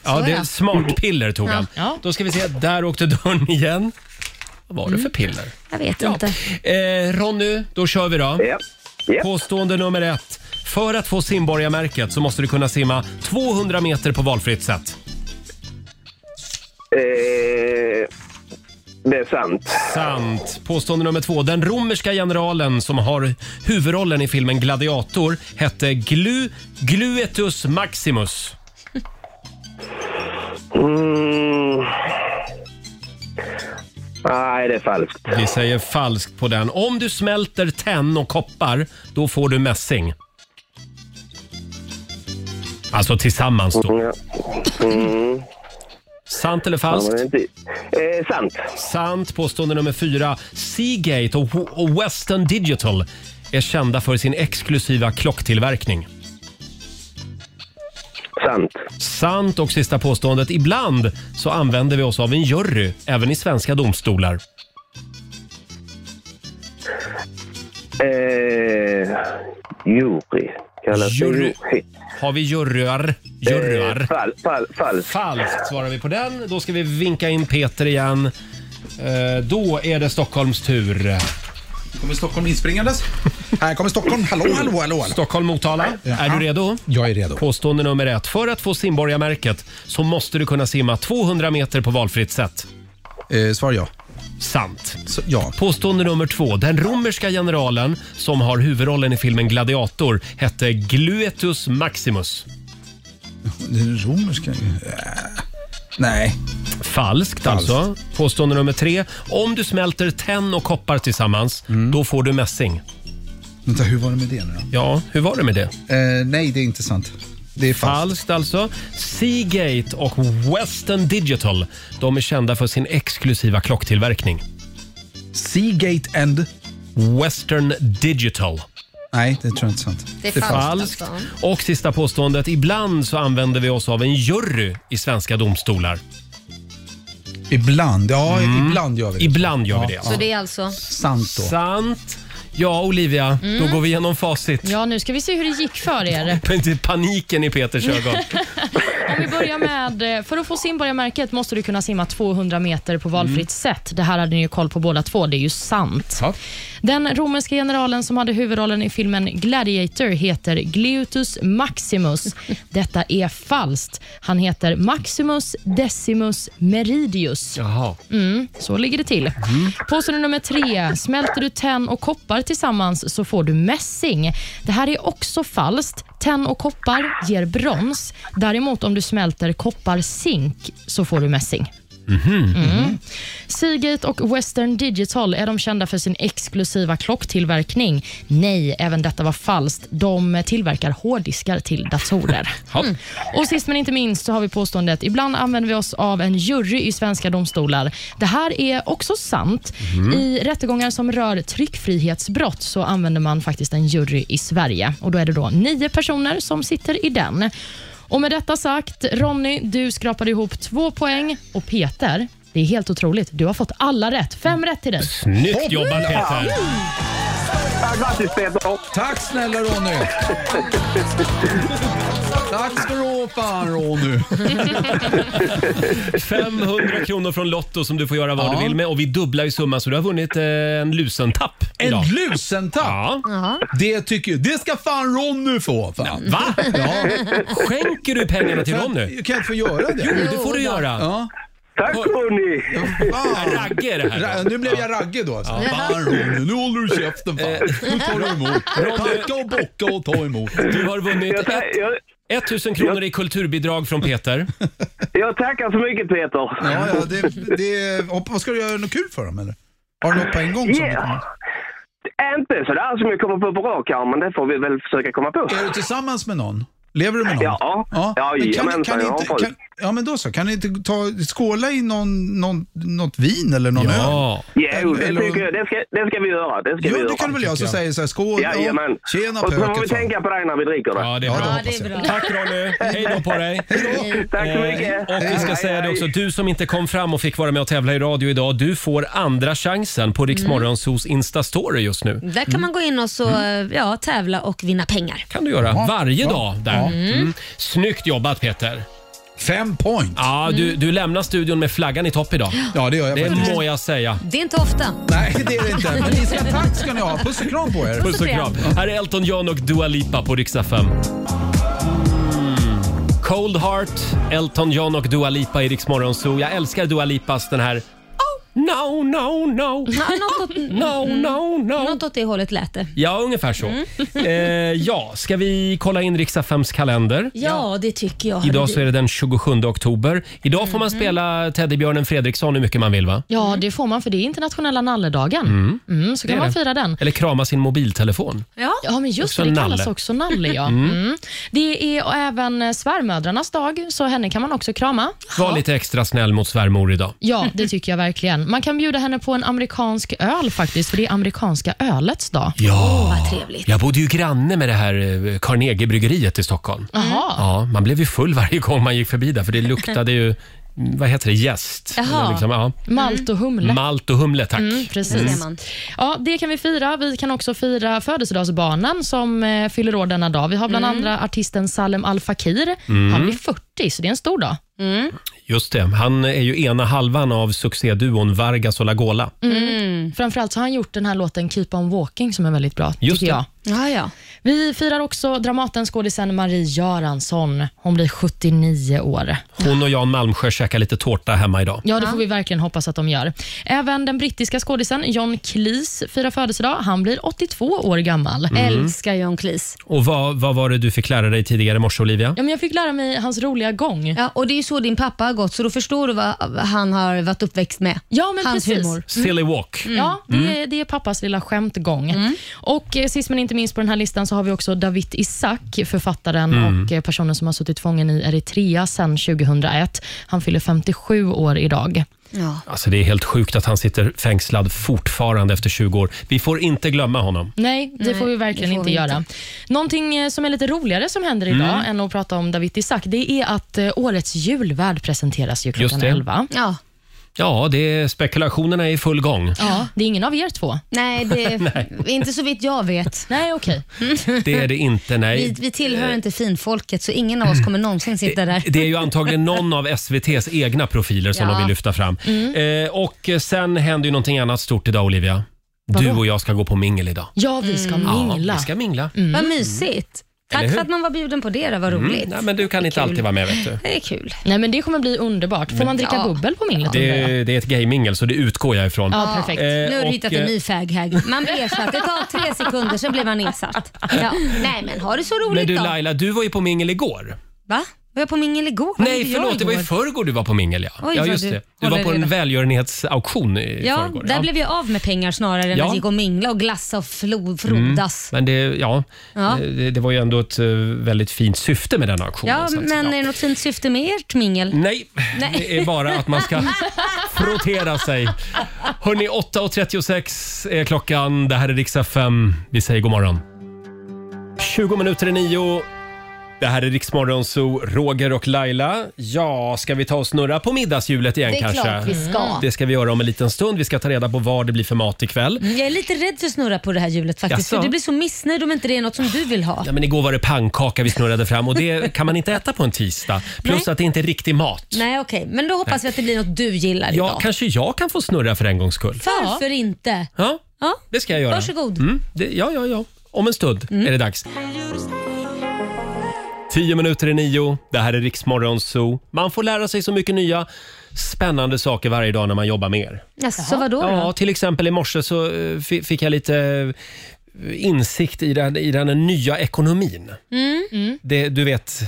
Så det ja. är smartpiller tog Ja. han. Då ska vi se, där åkte dörren igen. Vad var det för piller? Mm. Jag vet inte. Eh, Ronny, då kör vi då. Påstående nummer ett. För att få simborgarmärket så måste du kunna simma 200 meter på valfritt sätt. Eh, det är sant. Sant. Påstående nummer två. Den romerska generalen som har huvudrollen i filmen Gladiator hette Glu, Gluetus Maximus. Mm. Nej, det är falskt. Vi säger falskt på den. Om du smälter tenn och koppar, då får du mässing. Alltså tillsammans då. Sant eller falskt? Ja, men Eh, sant. Sant. Påstående nummer fyra. Seagate och, och Western Digital är kända för sin exklusiva klocktillverkning. Sant. Sant. Och sista påståendet. Ibland så använder vi oss av en jury, även i svenska domstolar. Eh, jury kallas Jury. det. Har vi juryar? Juryar. Eh, fall, fall, falskt. Falskt svarar vi på den. Då ska vi vinka in Peter igen. Eh, då är det Stockholms tur. Kommer Stockholm inspringandes? Här kommer Stockholm. Hallå, hallå, hallå. hallå. Stockholm, Motala. Är du redo? Jag är redo. Påstående nummer ett. För att få simborgarmärket så måste du kunna simma 200 meter på valfritt sätt. Eh, svar ja. Sant. ja. Påstående nummer två. Den romerska generalen som har huvudrollen i filmen Gladiator hette Gluetus Maximus. Den romerska... Eh, Nej. Falskt, alltså. Påstående nummer tre. Om du smälter tenn och koppar tillsammans, då får du mässing. Vänta, hur var det med det nu då? Ja, hur var det med det? Eh, nej, det är inte sant. Det är falskt. alltså. Seagate och Western Digital, de är kända för sin exklusiva klocktillverkning. Seagate and? Western Digital. Nej, det tror jag inte är sant. Det är falskt. Och sista påståendet. Ibland så använder vi oss av en jury i svenska domstolar. Ibland, ja ibland gör vi det. Mm. Ibland gör vi det. Så det är alltså... Sant då. Sant. Ja, Olivia, Mm. då går vi igenom facit. Ja, nu ska vi se hur det gick för er. På inte paniken i Peters (laughs) ögon. Om vi börjar med, eh, för att få simborgarmärket måste du kunna simma 200 meter på valfritt sätt. Det här hade ni ju koll på båda två, det är ju sant. Den romerska generalen som hade huvudrollen i filmen Gladiator heter Glutus Maximus. Detta är falskt. Han heter Maximus Decimus Meridius. Jaha. Mm, så ligger det till. Påstående nummer tre. Smälter du tenn och koppar tillsammans så får du mässing. Det här är också falskt. Tenn och koppar ger brons. Däremot om du smälter koppar zink så får du mässing. Mm. Seagate och Western Digital är de kända för sin exklusiva klocktillverkning. Nej, även detta var falskt. De tillverkar hårddiskar till datorer. Mm. Och sist men inte minst så har vi påståendet ibland använder vi oss av en jury i svenska domstolar. Det här är också sant. Mm. I rättegångar som rör tryckfrihetsbrott så använder man faktiskt en jury i Sverige. Och Då är det då nio personer som sitter i den. Och Med detta sagt, Ronny, du skrapade ihop två poäng och Peter, det är helt otroligt. Du har fått alla rätt. Fem rätt till dig. Snyggt jobbat Peter! Grattis Peter! Tack snälla Ronny! Tack ska du ha fan Ronny! 500 kronor från Lotto som du får göra vad du vill med och vi dubblar ju summan så du har vunnit eh, en lusentapp En idag. lusentapp? Ja. Det tycker jag. Det ska fan Ronny få! Fan. Va? Ja. Skänker du pengarna till Ronny? Jag kan jag inte få göra det? Jo, det får du göra. Ja. Tack Ronny! Ragge är det här. Ra- nu blev jag Ragge då. Alltså. Fan Ronny, nu håller du käften Eh. fan. Nu tar du emot. Tacka och bocka och ta emot. Du har vunnit Jag, ta- jag, 1000 kronor i kulturbidrag från Peter. jag tackar så mycket Peter. Ja, ja, det, det, hoppa- vad ska du göra något kul för dem eller? Har du något på en gång? Som du Yeah. kommer- Inte sådär som jag kommer på på rak arm, men det får vi väl försöka komma på. Är du tillsammans med någon? Lever du med någon? Ja, Men ja. kan, jajamensan, kan jag har inte, folk. kan, ja, men då så. Kan ni inte ta, skåla i någon, någon, något vin eller någon öl? Jo, det Eller- tycker jag. Det ska, det ska vi göra. Det ska Jo, vi det göra. kan väl jag, så säger så här, skål, ja, Jajamän. tjena, Och så får pöken, vi fan. tänka på dig när vi dricker det. Ja, det är bra. Ja, det är bra. Tack, Ronny. Hej då på dig. Tack så Eh, mycket. Och vi ska säga det också, du som inte kom fram och fick vara med och tävla i radio idag, du får andra chansen på Rix Mm. Morgonzos Insta-story just nu. Där kan man gå in och så, Mm. ja, tävla och vinna pengar. kan du göra varje Ja. dag där. Ja. Mm. Mm. Snyggt jobbat Peter! Fem point! Ja, du, du lämnar studion med flaggan i topp idag. Mm. Ja, det gör jag Ah. Det faktiskt. må jag säga. Det är inte ofta. Nej, det är det inte. Men ni ska, tack ska ni ha. Puss och kram på er. Puss och kram. Här är Elton John och Dua Lipa på Rix FM. Mm. Cold Heart, Elton John och Dua Lipa i Rix Morgonzoo. Jag älskar Dua Lipas den här "Oh, No, no, no. något, åt, (laughs) (laughs) no, Mm. no, no. Något åt det hållet lät det. Ja, ungefär så. eh, ja, ska vi kolla in Rix FMs kalender? Ja, det tycker jag. Idag så är det den 27 oktober. Idag får man spela Teddybjörnen Fredriksson hur mycket man vill va? Mhm. Ja, det får man för det är internationella nalledagen. Mm. Mm. så Det kan är man det. fira den. Eller krama sin mobiltelefon. Ja, men just Också det. Det kallas nalle. också nalle. Ja. Mm. Mm. Det är och även eh, svärmödrarnas dag, så henne kan man också krama. Var lite extra snäll mot svärmor idag. Ja, det tycker jag verkligen. Man kan bjuda henne på en amerikansk öl faktiskt, för det är amerikanska ölets dag. vad trevligt. Jag bodde ju granne med det här eh, Carnegiebryggeriet i Stockholm. Jaha. Ja, man blev ju full varje gång man gick förbi där (laughs) för det luktade ju, mm, vad heter det, jäst. Jaha. Eller ja. Malt och humle. Malt och humle, tack. Mm, precis. Ja, det kan vi fira. Vi kan också fira födelsedagsbarnen som eh, fyller år denna dag. Vi har bland andra artisten Salem Al Fakir. Mm. Han blir 40, så det är en stor dag. Just det, han är ju ena halvan av succéduon Vargas och Lagola. Mm. Framförallt så har han gjort den här låten Keep on walking som är väldigt bra, Just tycker det. jag. Ja, ja. Vi firar också Dramatenskådisen Marie Göransson. Hon blir 79 år. Hon och Jan Malmsjö käkar lite tårta hemma idag. Ja, det får vi verkligen hoppas att de gör. Även den brittiska skådisen John Cleese firar födelsedag. Han blir 82 år gammal. Mm. Älskar John Cleese. Och vad, vad var det du fick lära dig tidigare i morse, Olivia? Ja, men jag fick lära mig hans roliga gång. Ja, och det är ju så din pappa har gått, så då förstår du vad han har varit uppväxt med. Ja, men Hans precis. humor. Silly walk. Ja, det, Mm. är, det är pappas lilla skämtgång. Och eh, sist men inte minst på den här listan så har vi också David Isaac, författaren Mm. och eh, personen som har suttit fången i Eritrea sedan 2001. Han fyller 57 år idag. Ja. Alltså det är helt sjukt att han sitter fängslad fortfarande efter 20 år. Vi får inte glömma honom. Nej, det Nej, får vi verkligen det får inte vi göra. inte. Någonting eh, som är lite roligare som händer idag Mm. än att prata om David Isaac, det är att eh, årets julvärd presenteras ju klockan Just det. 11. Ja. Ja, det är, spekulationerna är i full gång. ja, det är ingen av er två. Nej, det (laughs) Nej. är inte så vitt jag vet. Nej, okej. Det är det inte, (laughs) Vi, nej. vi tillhör inte finfolket, så ingen av oss kommer någonsin sitta där. Det är ju antagligen någon av SVTs egna profiler som Ja. de vill lyfta fram. Mm. Eh, och sen händer ju någonting annat stort idag, Olivia. Du och jag ska gå på mingel idag. Ja, vi ska Ja, mingla. vi ska mingla. Mm. Vad mysigt. Eller Tack hur? för att man var bjuden på det, det var roligt. Mm. Nej, men Eh, du kan inte alltid vara med, vet du. Det är kul. Nej, men det kommer bli underbart. Får Men- man dricka Ja. bubbel på minglet? undrar jag? Det, det är ett gaymingel, så det utgår jag ifrån. Ja, perfekt. Eh, nu har du och, hittat en eh, ny fag-hag. Man blir ersatt. Det tar tre sekunder, sen blir man ersatt. Ja. Nej, men ha det så roligt Men du då. Laila, du var ju på mingel igår. Va? Var jag på mingel igår? Vad Nej, gjorde jag förlåt. Det var i igår? förrgår du var på mingel. Ja, Oj, ja vad just du det. Du var håller på en reda. välgörenhetsauktion i Ja, förrgår. där blev jag av med pengar snarare än Ja. att gick och mingla och glassa och flo- Mm. frodas. Men det, ja, Ja. eh, Det, det var ju ändå ett eh, väldigt fint syfte med den auktionen. Ja, så att säga. men är det något fint syfte med ert mingel? Nej, Nej. det är bara att man (laughs) ska frottera sig. Hörni, 8.36 är klockan. Det här är riksdag 5. Vi säger god morgon. 20 minuter i nio. Det här är Riksmorgon Zoo, Roger och Laila. Ja, ska vi ta och snurra på middagshjulet igen Det är kanske? klart vi ska. Det ska vi göra om en liten stund. Vi ska ta reda på vad det blir för mat ikväll. Jag är lite rädd för att snurra på det här hjulet faktiskt. Jaså? För du blir så missnöjd om inte det är något som du vill ha. Ja, men igår var det pannkaka vi snurrade fram och det kan man inte äta på en tisdag. Plus Nej. att det inte är riktig mat. Nej, okej. Men då hoppas Nej. vi att det blir något du gillar Ja, idag. kanske jag kan få snurra för en gångs skull. Varför inte? Ja, Ja. det ska jag göra. Varsågod. Mm. Mm, det, ja, ja, ja. Om en stund är det dags. Tio minuter i nio. Det här är Riksmorgon Zoo. Man får lära sig så mycket nya spännande saker varje dag när man jobbar med er. Jaså, vadå då? Ja, till exempel i morse så eh, fi- fick jag lite eh, insikt i den, i den nya ekonomin. Mm. Det, du vet,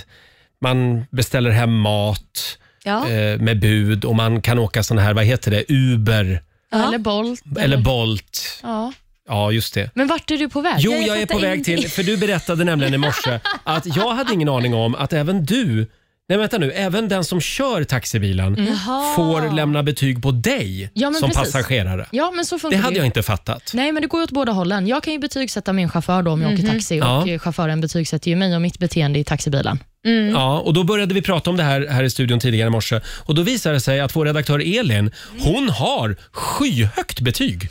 man beställer hem mat Ja. eh, med bud och man kan åka sån här, vad heter det, Uber Eller Bolt. eller Bolt. Ja. Ja, just det. Men vart är du på väg? Jo, jag är på väg till, för du berättade nämligen i morse att jag hade ingen aning om att även du, nej vänta nu, även den som kör taxibilen Jaha. får lämna betyg på dig Ja, men som precis. passagerare. Ja, men så det funkar hade ju. jag inte fattat. Nej, men det går ju åt båda hållen. Jag kan ju betygsätta min chaufför då om jag Mhm. åker taxi och Ja. chauffören betygsätter ju mig och mitt beteende i taxibilen. Ja, och då började vi prata om det här här i studion tidigare i morse och då visade det sig att vår redaktör Elin, hon har skyhögt betyg.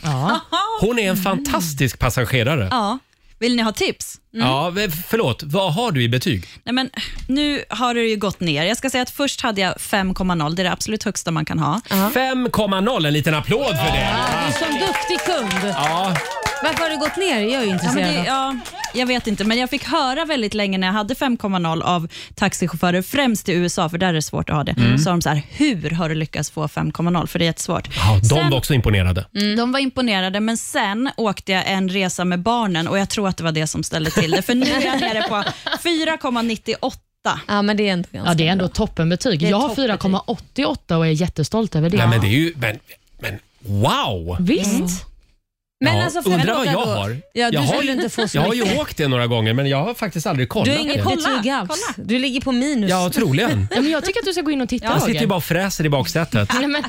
Hon är en fantastisk passagerare. Ja. Vill ni ha tips? Mm. Ja, v- förlåt, vad har du i betyg? Nej, men nu har det ju gått ner. Jag ska säga att först hade jag 5,0. Det är det absolut högsta man kan ha. 5,0, en liten applåd för det. Du som duktig kund. Ja. Varför har det gått ner? Jag är ju Ja, intresserad. men det, ja, jag vet inte, men jag fick höra väldigt länge när jag hade 5,0 av taxichaufförer, främst i USA, för där är det svårt att ha det. Mm. Så sa de så här, hur har du lyckats få 5,0? För det är jättesvårt. Ja, de Sen- var också imponerade. Mm. De var imponerade, men sen åkte jag en resa med barnen och jag tror att det var det som ställde till det. För nu är jag nere på 4,98. Ja, men det är ändå Ja, det är ändå toppenbetyg. Det är Jag har 4,88 och är jättestolt över det. Nej, men det är ju... Men, men wow! Visst. Mm. Men ja, alltså, får jag undrar vad fråga jag då? har. Ja, du jag, har skulle ju, inte få så jag har ju mycket. åkt det några gånger men jag har faktiskt aldrig kollat Du har inget det. betyg alls. Du ligger på minus. Ja, troligen. Ja, men jag tycker att du ska gå in och titta. Jag sitter Roger. ju bara och fräser i baksätet. Nej, men,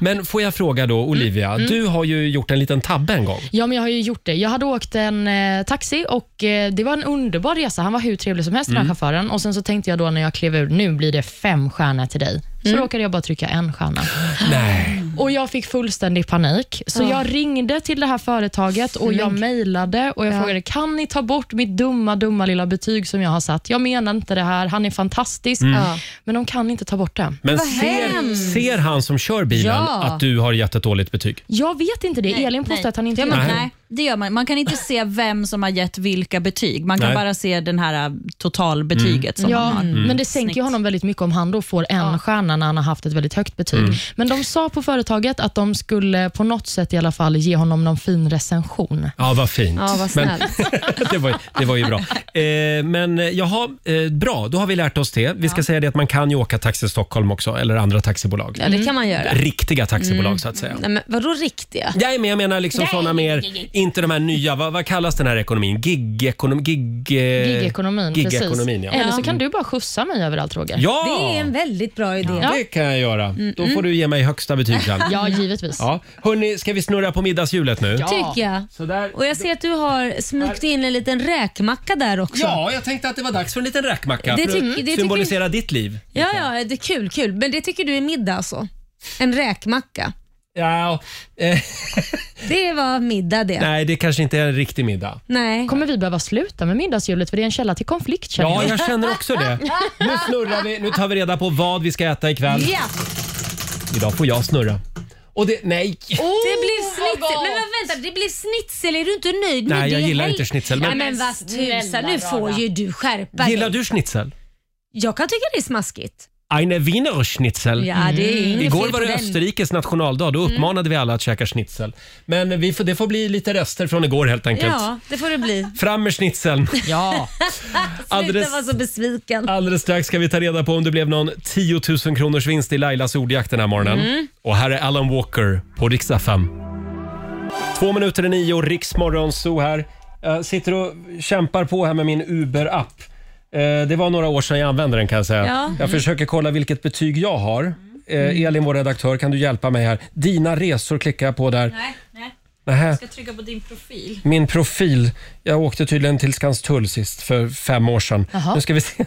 Men får jag fråga då, Olivia, Mm. du har ju gjort en liten tabbe en (gasps) gång. ja, men jag har ju gjort det. Jag hade åkt en eh, taxi och eh, det var en underbar resa. Han var hur trevlig som helst, den Mm. här chauffören. Och sen så tänkte jag då när jag klev ur, nu blir det fem stjärnor till dig. Så Mm. råkade jag bara trycka en stjärna. Nej. Och Jag fick fullständig panik, så Ja. jag ringde till det här företaget och jag Men- mejlade och jag Ja. frågade, kan ni ta bort mitt dumma, dumma lilla betyg som jag har satt? Jag menar inte det här, han är fantastisk. Mm. Ja. Men de kan inte ta bort det. Men ser, ser han som kör bilen Ja. att du har gett ett dåligt betyg? Jag vet inte det. Elin påstår att han inte Ja, gör men, det. nej, det gör man. Man kan inte se vem som har gett vilka betyg. Man kan Nej. Mm. bara se den här äh, totalbetyget som ja, man har. men det sänker ju honom väldigt mycket om han då får en stjärna när han har haft ett väldigt högt betyg. Mm. Men de sa på företaget att de skulle på något sätt i alla fall ge honom någon fin recension. Ja, vad fint. Ja, vad Men- snällt. (laughs) det, var, ju- det var ju bra. Eh, men eh, jaha, eh, bra. Då har vi lärt oss det. Vi ska säga det att man kan ju åka Taxi Stockholm också, eller andra taxibolag. Ja, det kan Mm. man göra. Riktiga taxibolag Mm. så att säga. Nej, men vadå riktiga? Nej, men jag menar liksom Nej. sådana mer, inte de här nya, vad, vad kallas den här ekonomin? Gigekonom, gig, eh, Gigekonomin, gigekonomin precis. ja. Eller så kan du bara skjussa mig överallt, Roger. Ja! Det är en väldigt bra idé. Ja, Det kan jag göra. Mm, Då mm. får du ge mig högsta betyg sen. Ja, givetvis. Ja. Hörni, ska vi snurra på middagshjulet nu? Tycker jag. och jag ser att du har smygt in en liten räkmacka där också. Ja, jag tänkte att det var dags för en liten räkmacka Det för tycker- det att tycker- symbolisera ditt liv. Ja, ja, det är kul, kul. Men det tycker du är middag alltså? En räkmacka. Ja, eh, Det var middag det. nej, det kanske inte är en riktig middag. Nej. Kommer vi behöva sluta med middagshjulet för det är en källa till konflikt känner Ja, jag känner också det. Nu snurrar vi, nu tar vi reda på vad vi ska äta ikväll. Ja. Idag får jag snurra. Och det, nej! det blev snitsel. Men vad- vänta, det blev snitsel. Är du inte nöjd med Nej, det? jag gillar heller? inte schnitzel, men- Nej, men vad tusan, nu Snälla får rara. ju du skärpa Gillar dig. du schnitzel? Jag kan tycka det är smaskigt. Eine Wiener Schnitzel. Ja, det är inget Mm. Igår fel var på det den. Mm. Österrikes nationaldag. Då uppmanade vi alla att käka schnitzel. Men vi får, det får bli lite rester från igår helt enkelt. Ja, det får det bli. Fram med schnitzeln. Ja. Sluta (laughs) Alldeles- vara så (laughs) besviken. Alldeles strax ska vi ta reda på om det blev någon 10 000 kronors vinst i Lailas ordjakt den här morgonen. Mm. Och här är Alan Walker på riksdag 5. Två minuter i nio, Riksmorgon Zoo här. Jag sitter och kämpar på här med min Uber-app. Eh, Det var några år sedan jag använde den kan jag säga. Ja. Jag försöker kolla vilket betyg jag har. Eh, Mm. Elin, vår redaktör, kan du hjälpa mig här? Dina resor klickar jag på där. Nej, nej. Nähä. Jag ska trycka på din profil. Min profil. Jag åkte tydligen till Skanstull sist för fem år sedan. Jaha. Nu ska vi se.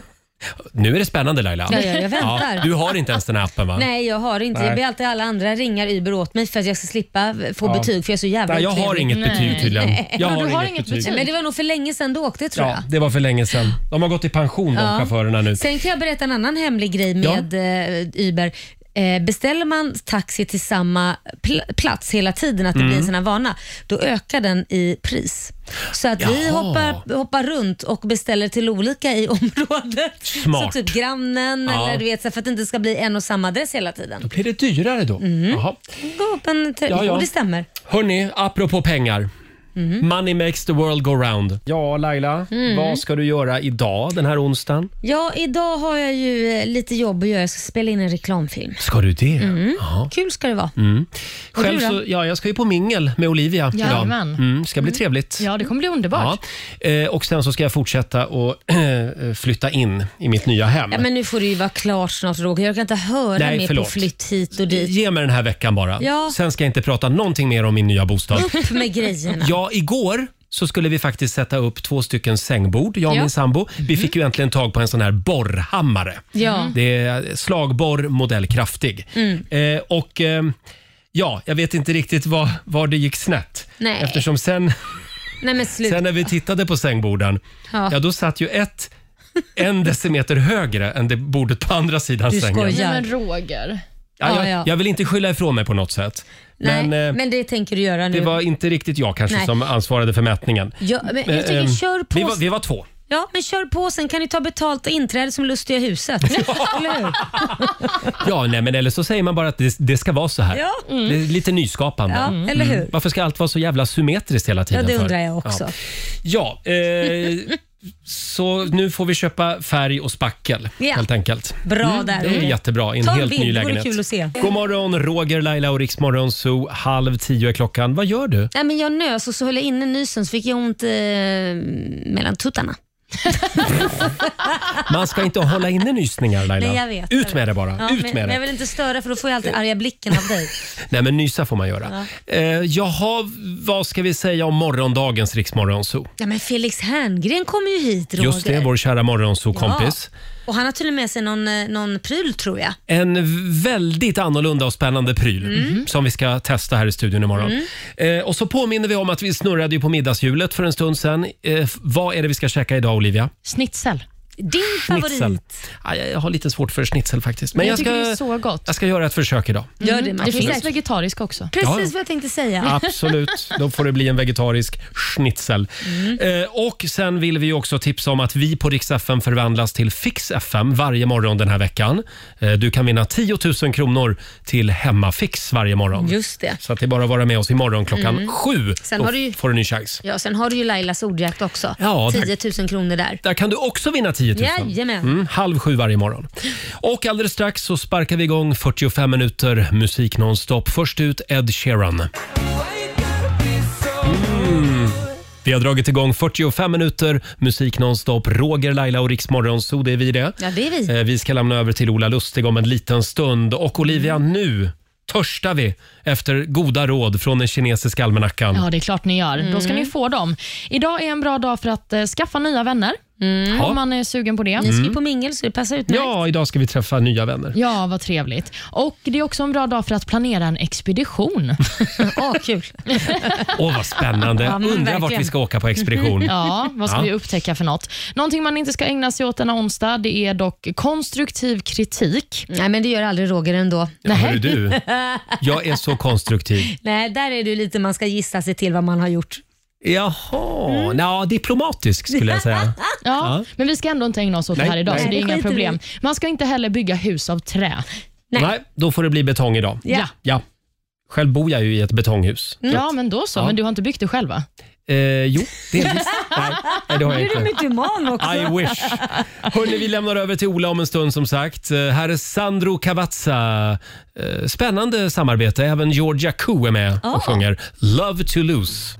Nu är det spännande Laila. Ja, ja, jag väntar. du har inte ens den här appen va? Nej, jag har inte. Nej. Det blir alltid alla andra ringar Uber åt mig för att jag ska slippa få Ja. betyg för jag är så jävla Nej, jag har otrevlig. inget betyg Nej. tydligen. Nej. Jag Ja, har du har inget inget betyg. betyg. Men det var nog för länge sedan du åkte tror Ja, det var för länge sedan. De har gått i pension de Ja. chaufförerna nu. jag. Sen kan jag berätta en annan hemlig grej med eh, Uber. Eh, beställer man taxi till samma pl- plats hela tiden, att det Mm. blir en sån här vana, då ökar den i pris. Så att vi Jaha. hoppar, hoppar runt och beställer till olika i (laughs) området. Smart. Så typ grannen Ja. eller du vet, så för att det inte ska bli en och samma adress hela tiden. Blir det Mm. dyrare då? Jaha. Gå upp en te- Mm. Ja, ja. Jo, det stämmer. Hörni, apropå pengar. Money makes the world go round. Ja, Laila, Mm. vad ska du göra idag den här onsdagen? Ja, idag har jag ju eh, lite jobb att göra. Jag ska spela in en reklamfilm. Ska du det? Mm. Jaha. Kul ska det vara. Mm. Och Själv du då? så, ja, jag ska ju på mingel med Olivia Jajamän. idag. Mm, ska bli trevligt. Ja, det kommer bli underbart. Ja. Eh, och sen så ska jag fortsätta och (clears throat) eh, flytta in i mitt nya hem. Ja, men nu får det ju vara klart snart Roger. Jag kan inte höra Nej, mer förlåt. på flytt hit och dit. Ge mig den här veckan bara. Ja. Mm. Sen ska jag inte prata någonting mer om min nya bostad. Upp (laughs) med grejerna. Ja, igår så skulle vi faktiskt sätta upp två stycken sängbord, jag och Ja. Mm. min sambo. Vi fick ju äntligen tag på en sån här borrhammare. Ja. Det är eh, slagborr, modell kraftig. Mm. Eh, och eh, ja, jag vet inte riktigt var, var det gick snett. Nej. Eftersom (laughs) sen, Nej men sluta. sen när vi tittade på sängborden, ja. Ja. då satt ju ett en decimeter högre än det bordet på andra sidan Du sängen. skojar. Men Roger. Ja, jag, Ja, ja. jag vill inte skylla ifrån mig på något sätt. Nej, Men, eh, men, det tänker du göra nu. det var inte riktigt jag kanske Nej. som ansvarade för mätningen. Ja, men jag Eh, tycker, ehm, kör på. Vi var, vi var två. Ja, men kör på. Sen kan du ta betalt inträde som (laughs) Lustiga huset. (laughs) Eller hur? Ja, nej, men eller så säger man bara att det, det ska vara så här. Ja. Mm. Det är lite nyskapande. Ja, eller hur? Varför ska allt vara så jävla symmetriskt hela Ja, tiden? det för? undrar jag också. Ja, ja (laughs) eh, så nu får vi köpa färg och spackel Ja. helt enkelt. Bra där, Mm, Det är Roger. jättebra i en Ta en helt bild, ny det vore lägenhet. kul att se. God morgon, Roger, Laila och Riksmorgon Zoo. Halv tio är klockan. Vad gör du? Nej, men jag nös och så höll jag inne nysen så fick jag ont eh, mellan tuttarna. Man ska inte hålla inne (laughs) nysningar Laila. Nej, jag vet. Ut med det bara. Ja, Ut med men, men det. jag vill inte störa för då får jag alltid arga blicken av dig. Nej, men nysa får man göra. Eh, jaha, vad ska vi säga om morgondagens Riksmorgonzoo? (laughs) Ja, men Felix Herngren kommer ju hit Roger. Just det, vår kära Morgonzoo-kompis. Ja. Och han har till och med sig någon, eh, någon pryl tror jag. En väldigt annorlunda och spännande pryl Mm. som vi ska testa här i studion imorgon. Eh, och så påminner vi om att vi snurrade ju på middagshjulet för en stund sedan. Eh, f- vad är det vi ska käka idag, Olivia? Snitsel. Din Schnitzel. Ja, jag har lite svårt för schnitzel faktiskt. Men, Men jag jag, tycker det är ska, så gott. jag ska göra ett försök idag. Gör Mm, det, Martin. Mm. det finns Absolut. vegetariska också. Precis Ja, ja. vad jag tänkte säga. Absolut, då får det bli en vegetarisk schnitzel. Mm. Eh, och sen vill vi ju också tipsa om att vi på Rix FM förvandlas till Fix FM varje morgon den här veckan. Eh, du kan vinna 10 000 kronor till Hemmafix varje morgon. Just det. Så att det är bara att vara med oss imorgon klockan Mm. sju. Sen då har du ju- får du en ny chans. Ja, sen har du ju Lailas ordjakt också. Ja, tack. 10 000 kronor där. Där kan du också vinna 10 000. Jajamän. Mm, halv sju varje morgon. Och alldeles strax så sparkar vi igång 45 minuter musik nonstop. Först ut Ed Sheeran. Mm. Vi har dragit igång 45 minuter musik nonstop. Roger, Laila och Rix Morgonzoo, det är vi det. Ja, det är vi. Eh, Vi ska lämna över till Ola Lustig om en liten stund. Och Olivia, Mm. nu törstar vi efter goda råd från den kinesiska almanackan. Ja, det är klart ni gör. Då ska Mm. ni få dem. Idag är en bra dag för att eh, skaffa nya vänner, Ja. om man är sugen på det. Ni ska ju Mm. på mingel, så det passar utmärkt. Ja, idag ska vi träffa nya vänner. Ja, vad trevligt. Och Det är också en bra dag för att planera en (laughs) expedition. Åh, (laughs) kul. Åh, vad spännande. Ja, men Undrar vart verkligen. vi ska åka på expedition. ja, vad ska Ja. vi upptäcka för något? Någonting man inte ska ägna sig åt denna onsdag, det är dock konstruktiv kritik. Nej, men det gör aldrig Roger ändå. Ja, hörru du. Jag är så konstruktiv. Nej, där är du lite man ska gissa sig till vad man har gjort. Jaha, ja, diplomatisk skulle jag säga. Ja, men vi ska ändå inte ägna oss åt Nej, det här idag, nej. så det är Nej, det inga skiter vi i. problem. Man ska inte heller bygga hus av trä. (laughs) Nej. då får det bli betong idag. Ja. ja. Själv bor jag ju i ett betonghus. Mm. Ja, men då så. Ja. Men du har inte byggt det själv, va? Eh, jo, delvis. (laughs) Nej, nej, det har jag inte. mytoman I wish. Hörrni, vi lämnar över till Ola om en stund som sagt. Eh, Här är Sandro Cavazza. Eh, Spännande samarbete. Även Georgia Koo är med och Ah. sjunger Love to lose.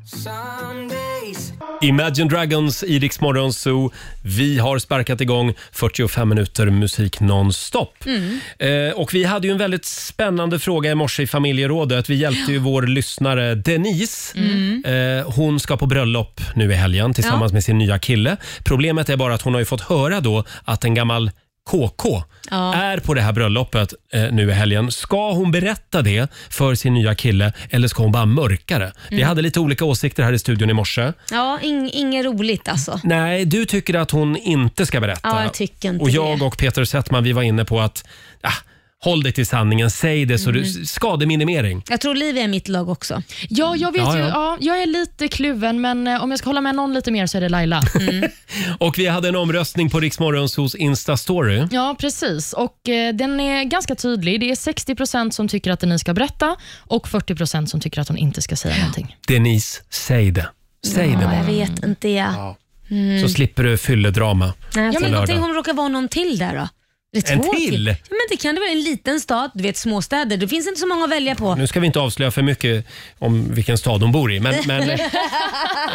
Imagine Dragons i Rix Morgon Zoo. Vi har sparkat igång 45 minuter musik nonstop. Mm. Eh, och vi hade ju en väldigt spännande fråga i morse i familjerådet. Vi hjälpte ju vår lyssnare Denise. Mm. Eh, hon ska på bröllop nu i helgen tillsammans Ja. med sin nya kille. Problemet är bara att hon har ju fått höra då att en gammal KK Ja. är på det här bröllopet eh, nu i helgen. Ska hon berätta det för sin nya kille eller ska hon bara mörka det? Vi Mm. hade lite olika åsikter här i studion i morse. Ja, ing, inget roligt alltså. Nej, du tycker att hon inte ska berätta. Ja, jag tycker inte och jag det. och Peter Settman, vi var inne på att ah, håll dig till sanningen, säg det så Mm. du... Skademinimering. Jag tror Liv är mitt lag också. Ja, jag vet Ja, ju. ja. Ja. jag är lite kluven, men eh, om jag ska hålla med någon lite mer så är det Laila. Mm. Och vi hade en omröstning på Riksmorgons hos Insta-story. Ja, precis. Och eh, Den är ganska tydlig. Det är 60 som tycker att ni ska berätta och 40 som tycker att hon inte ska säga någonting. Denise, säg det. Säg det Ja, jag bara. vet inte jag. Ja. Mm. Så slipper du fylledrama Nej, på ja, men då lördag. tänk om det råkar vara någon till där då? Det är En två till? Ja, men det kan det vara. En liten stad, du vet småstäder. Det finns inte så många att välja på. Nu ska vi inte avslöja för mycket om vilken stad de bor i. Men, (laughs) men,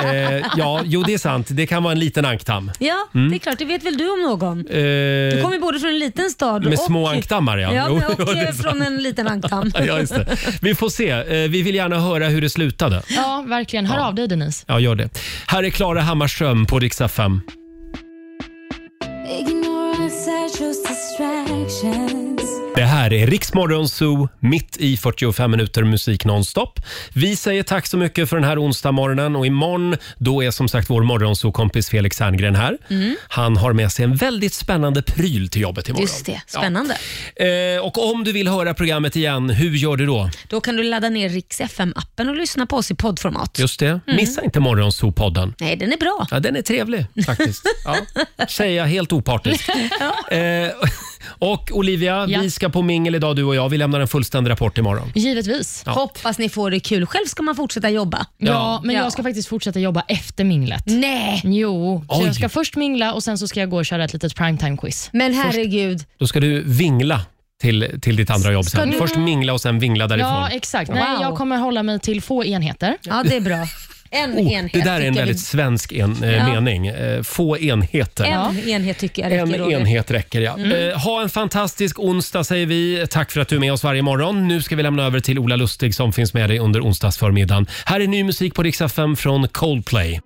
eh, ja, jo, det är sant. Det kan vara en liten ankdamm. Ja, Mm. det är klart. Det vet väl du om någon? Eh, Du kommer ju både från en liten stad Med och... små ankdammar, ja. ja Jo, men jo, och det är eh, sant. från en liten ankdamm. (laughs) ja, just det. Vi får se. Eh, vi vill gärna höra hur det slutade. Ja, verkligen. Hör av dig Denise. Ja, gör det. Här är Klara Hammarström på Rix FM. Ignorance, I chose distractions. Det här är Riksmorgon Zoo, mitt i 45 minuter musik nonstop. Vi säger tack så mycket för den här onsdag morgonen och imorgon då är som sagt vår morgonzoo-kompis Felix Herngren här. Mm. Han har med sig en väldigt spännande pryl till jobbet imorgon. Just det, spännande. Ja. Eh, och om du vill höra programmet igen, hur gör du då? Då kan du ladda ner Rix FM-appen och lyssna på oss i poddformat. Just det, missa inte Morgonzoo-podden. Nej, den är bra. Ja, den är trevlig (laughs) faktiskt. Ja. Säger jag helt opartiskt. Eh, och Olivia, Ja. vi ska på mingel idag du och jag. Vi lämnar en fullständig rapport imorgon. Givetvis. Ja. Hoppas ni får det kul. Själv ska man fortsätta jobba. Ja, men jag ska faktiskt fortsätta jobba efter minglet. Nej! Jo, så Mm. Oj. jag ska först mingla och sen så ska jag gå och köra ett litet primetime-quiz. Men herregud. Då ska du vingla till, till ditt andra jobb Ska sen. du- Först mingla och sen vingla därifrån. Ja, exakt. Nej, Wow. jag kommer hålla mig till få enheter. Ja, det är bra. En Oh, enhet det där är en tycker jag väldigt svensk en, eh, Ja. mening. Eh, få enheter. vi- En enhet tycker jag En räcker, Roger. enhet räcker ja. Mm. Eh, ha en fantastisk onsdag säger vi. Tack för att du är med oss varje morgon. Nu ska vi lämna över till Ola Lustig som finns med dig under onsdagsförmiddagen. Här är ny musik på Rix FM från Coldplay.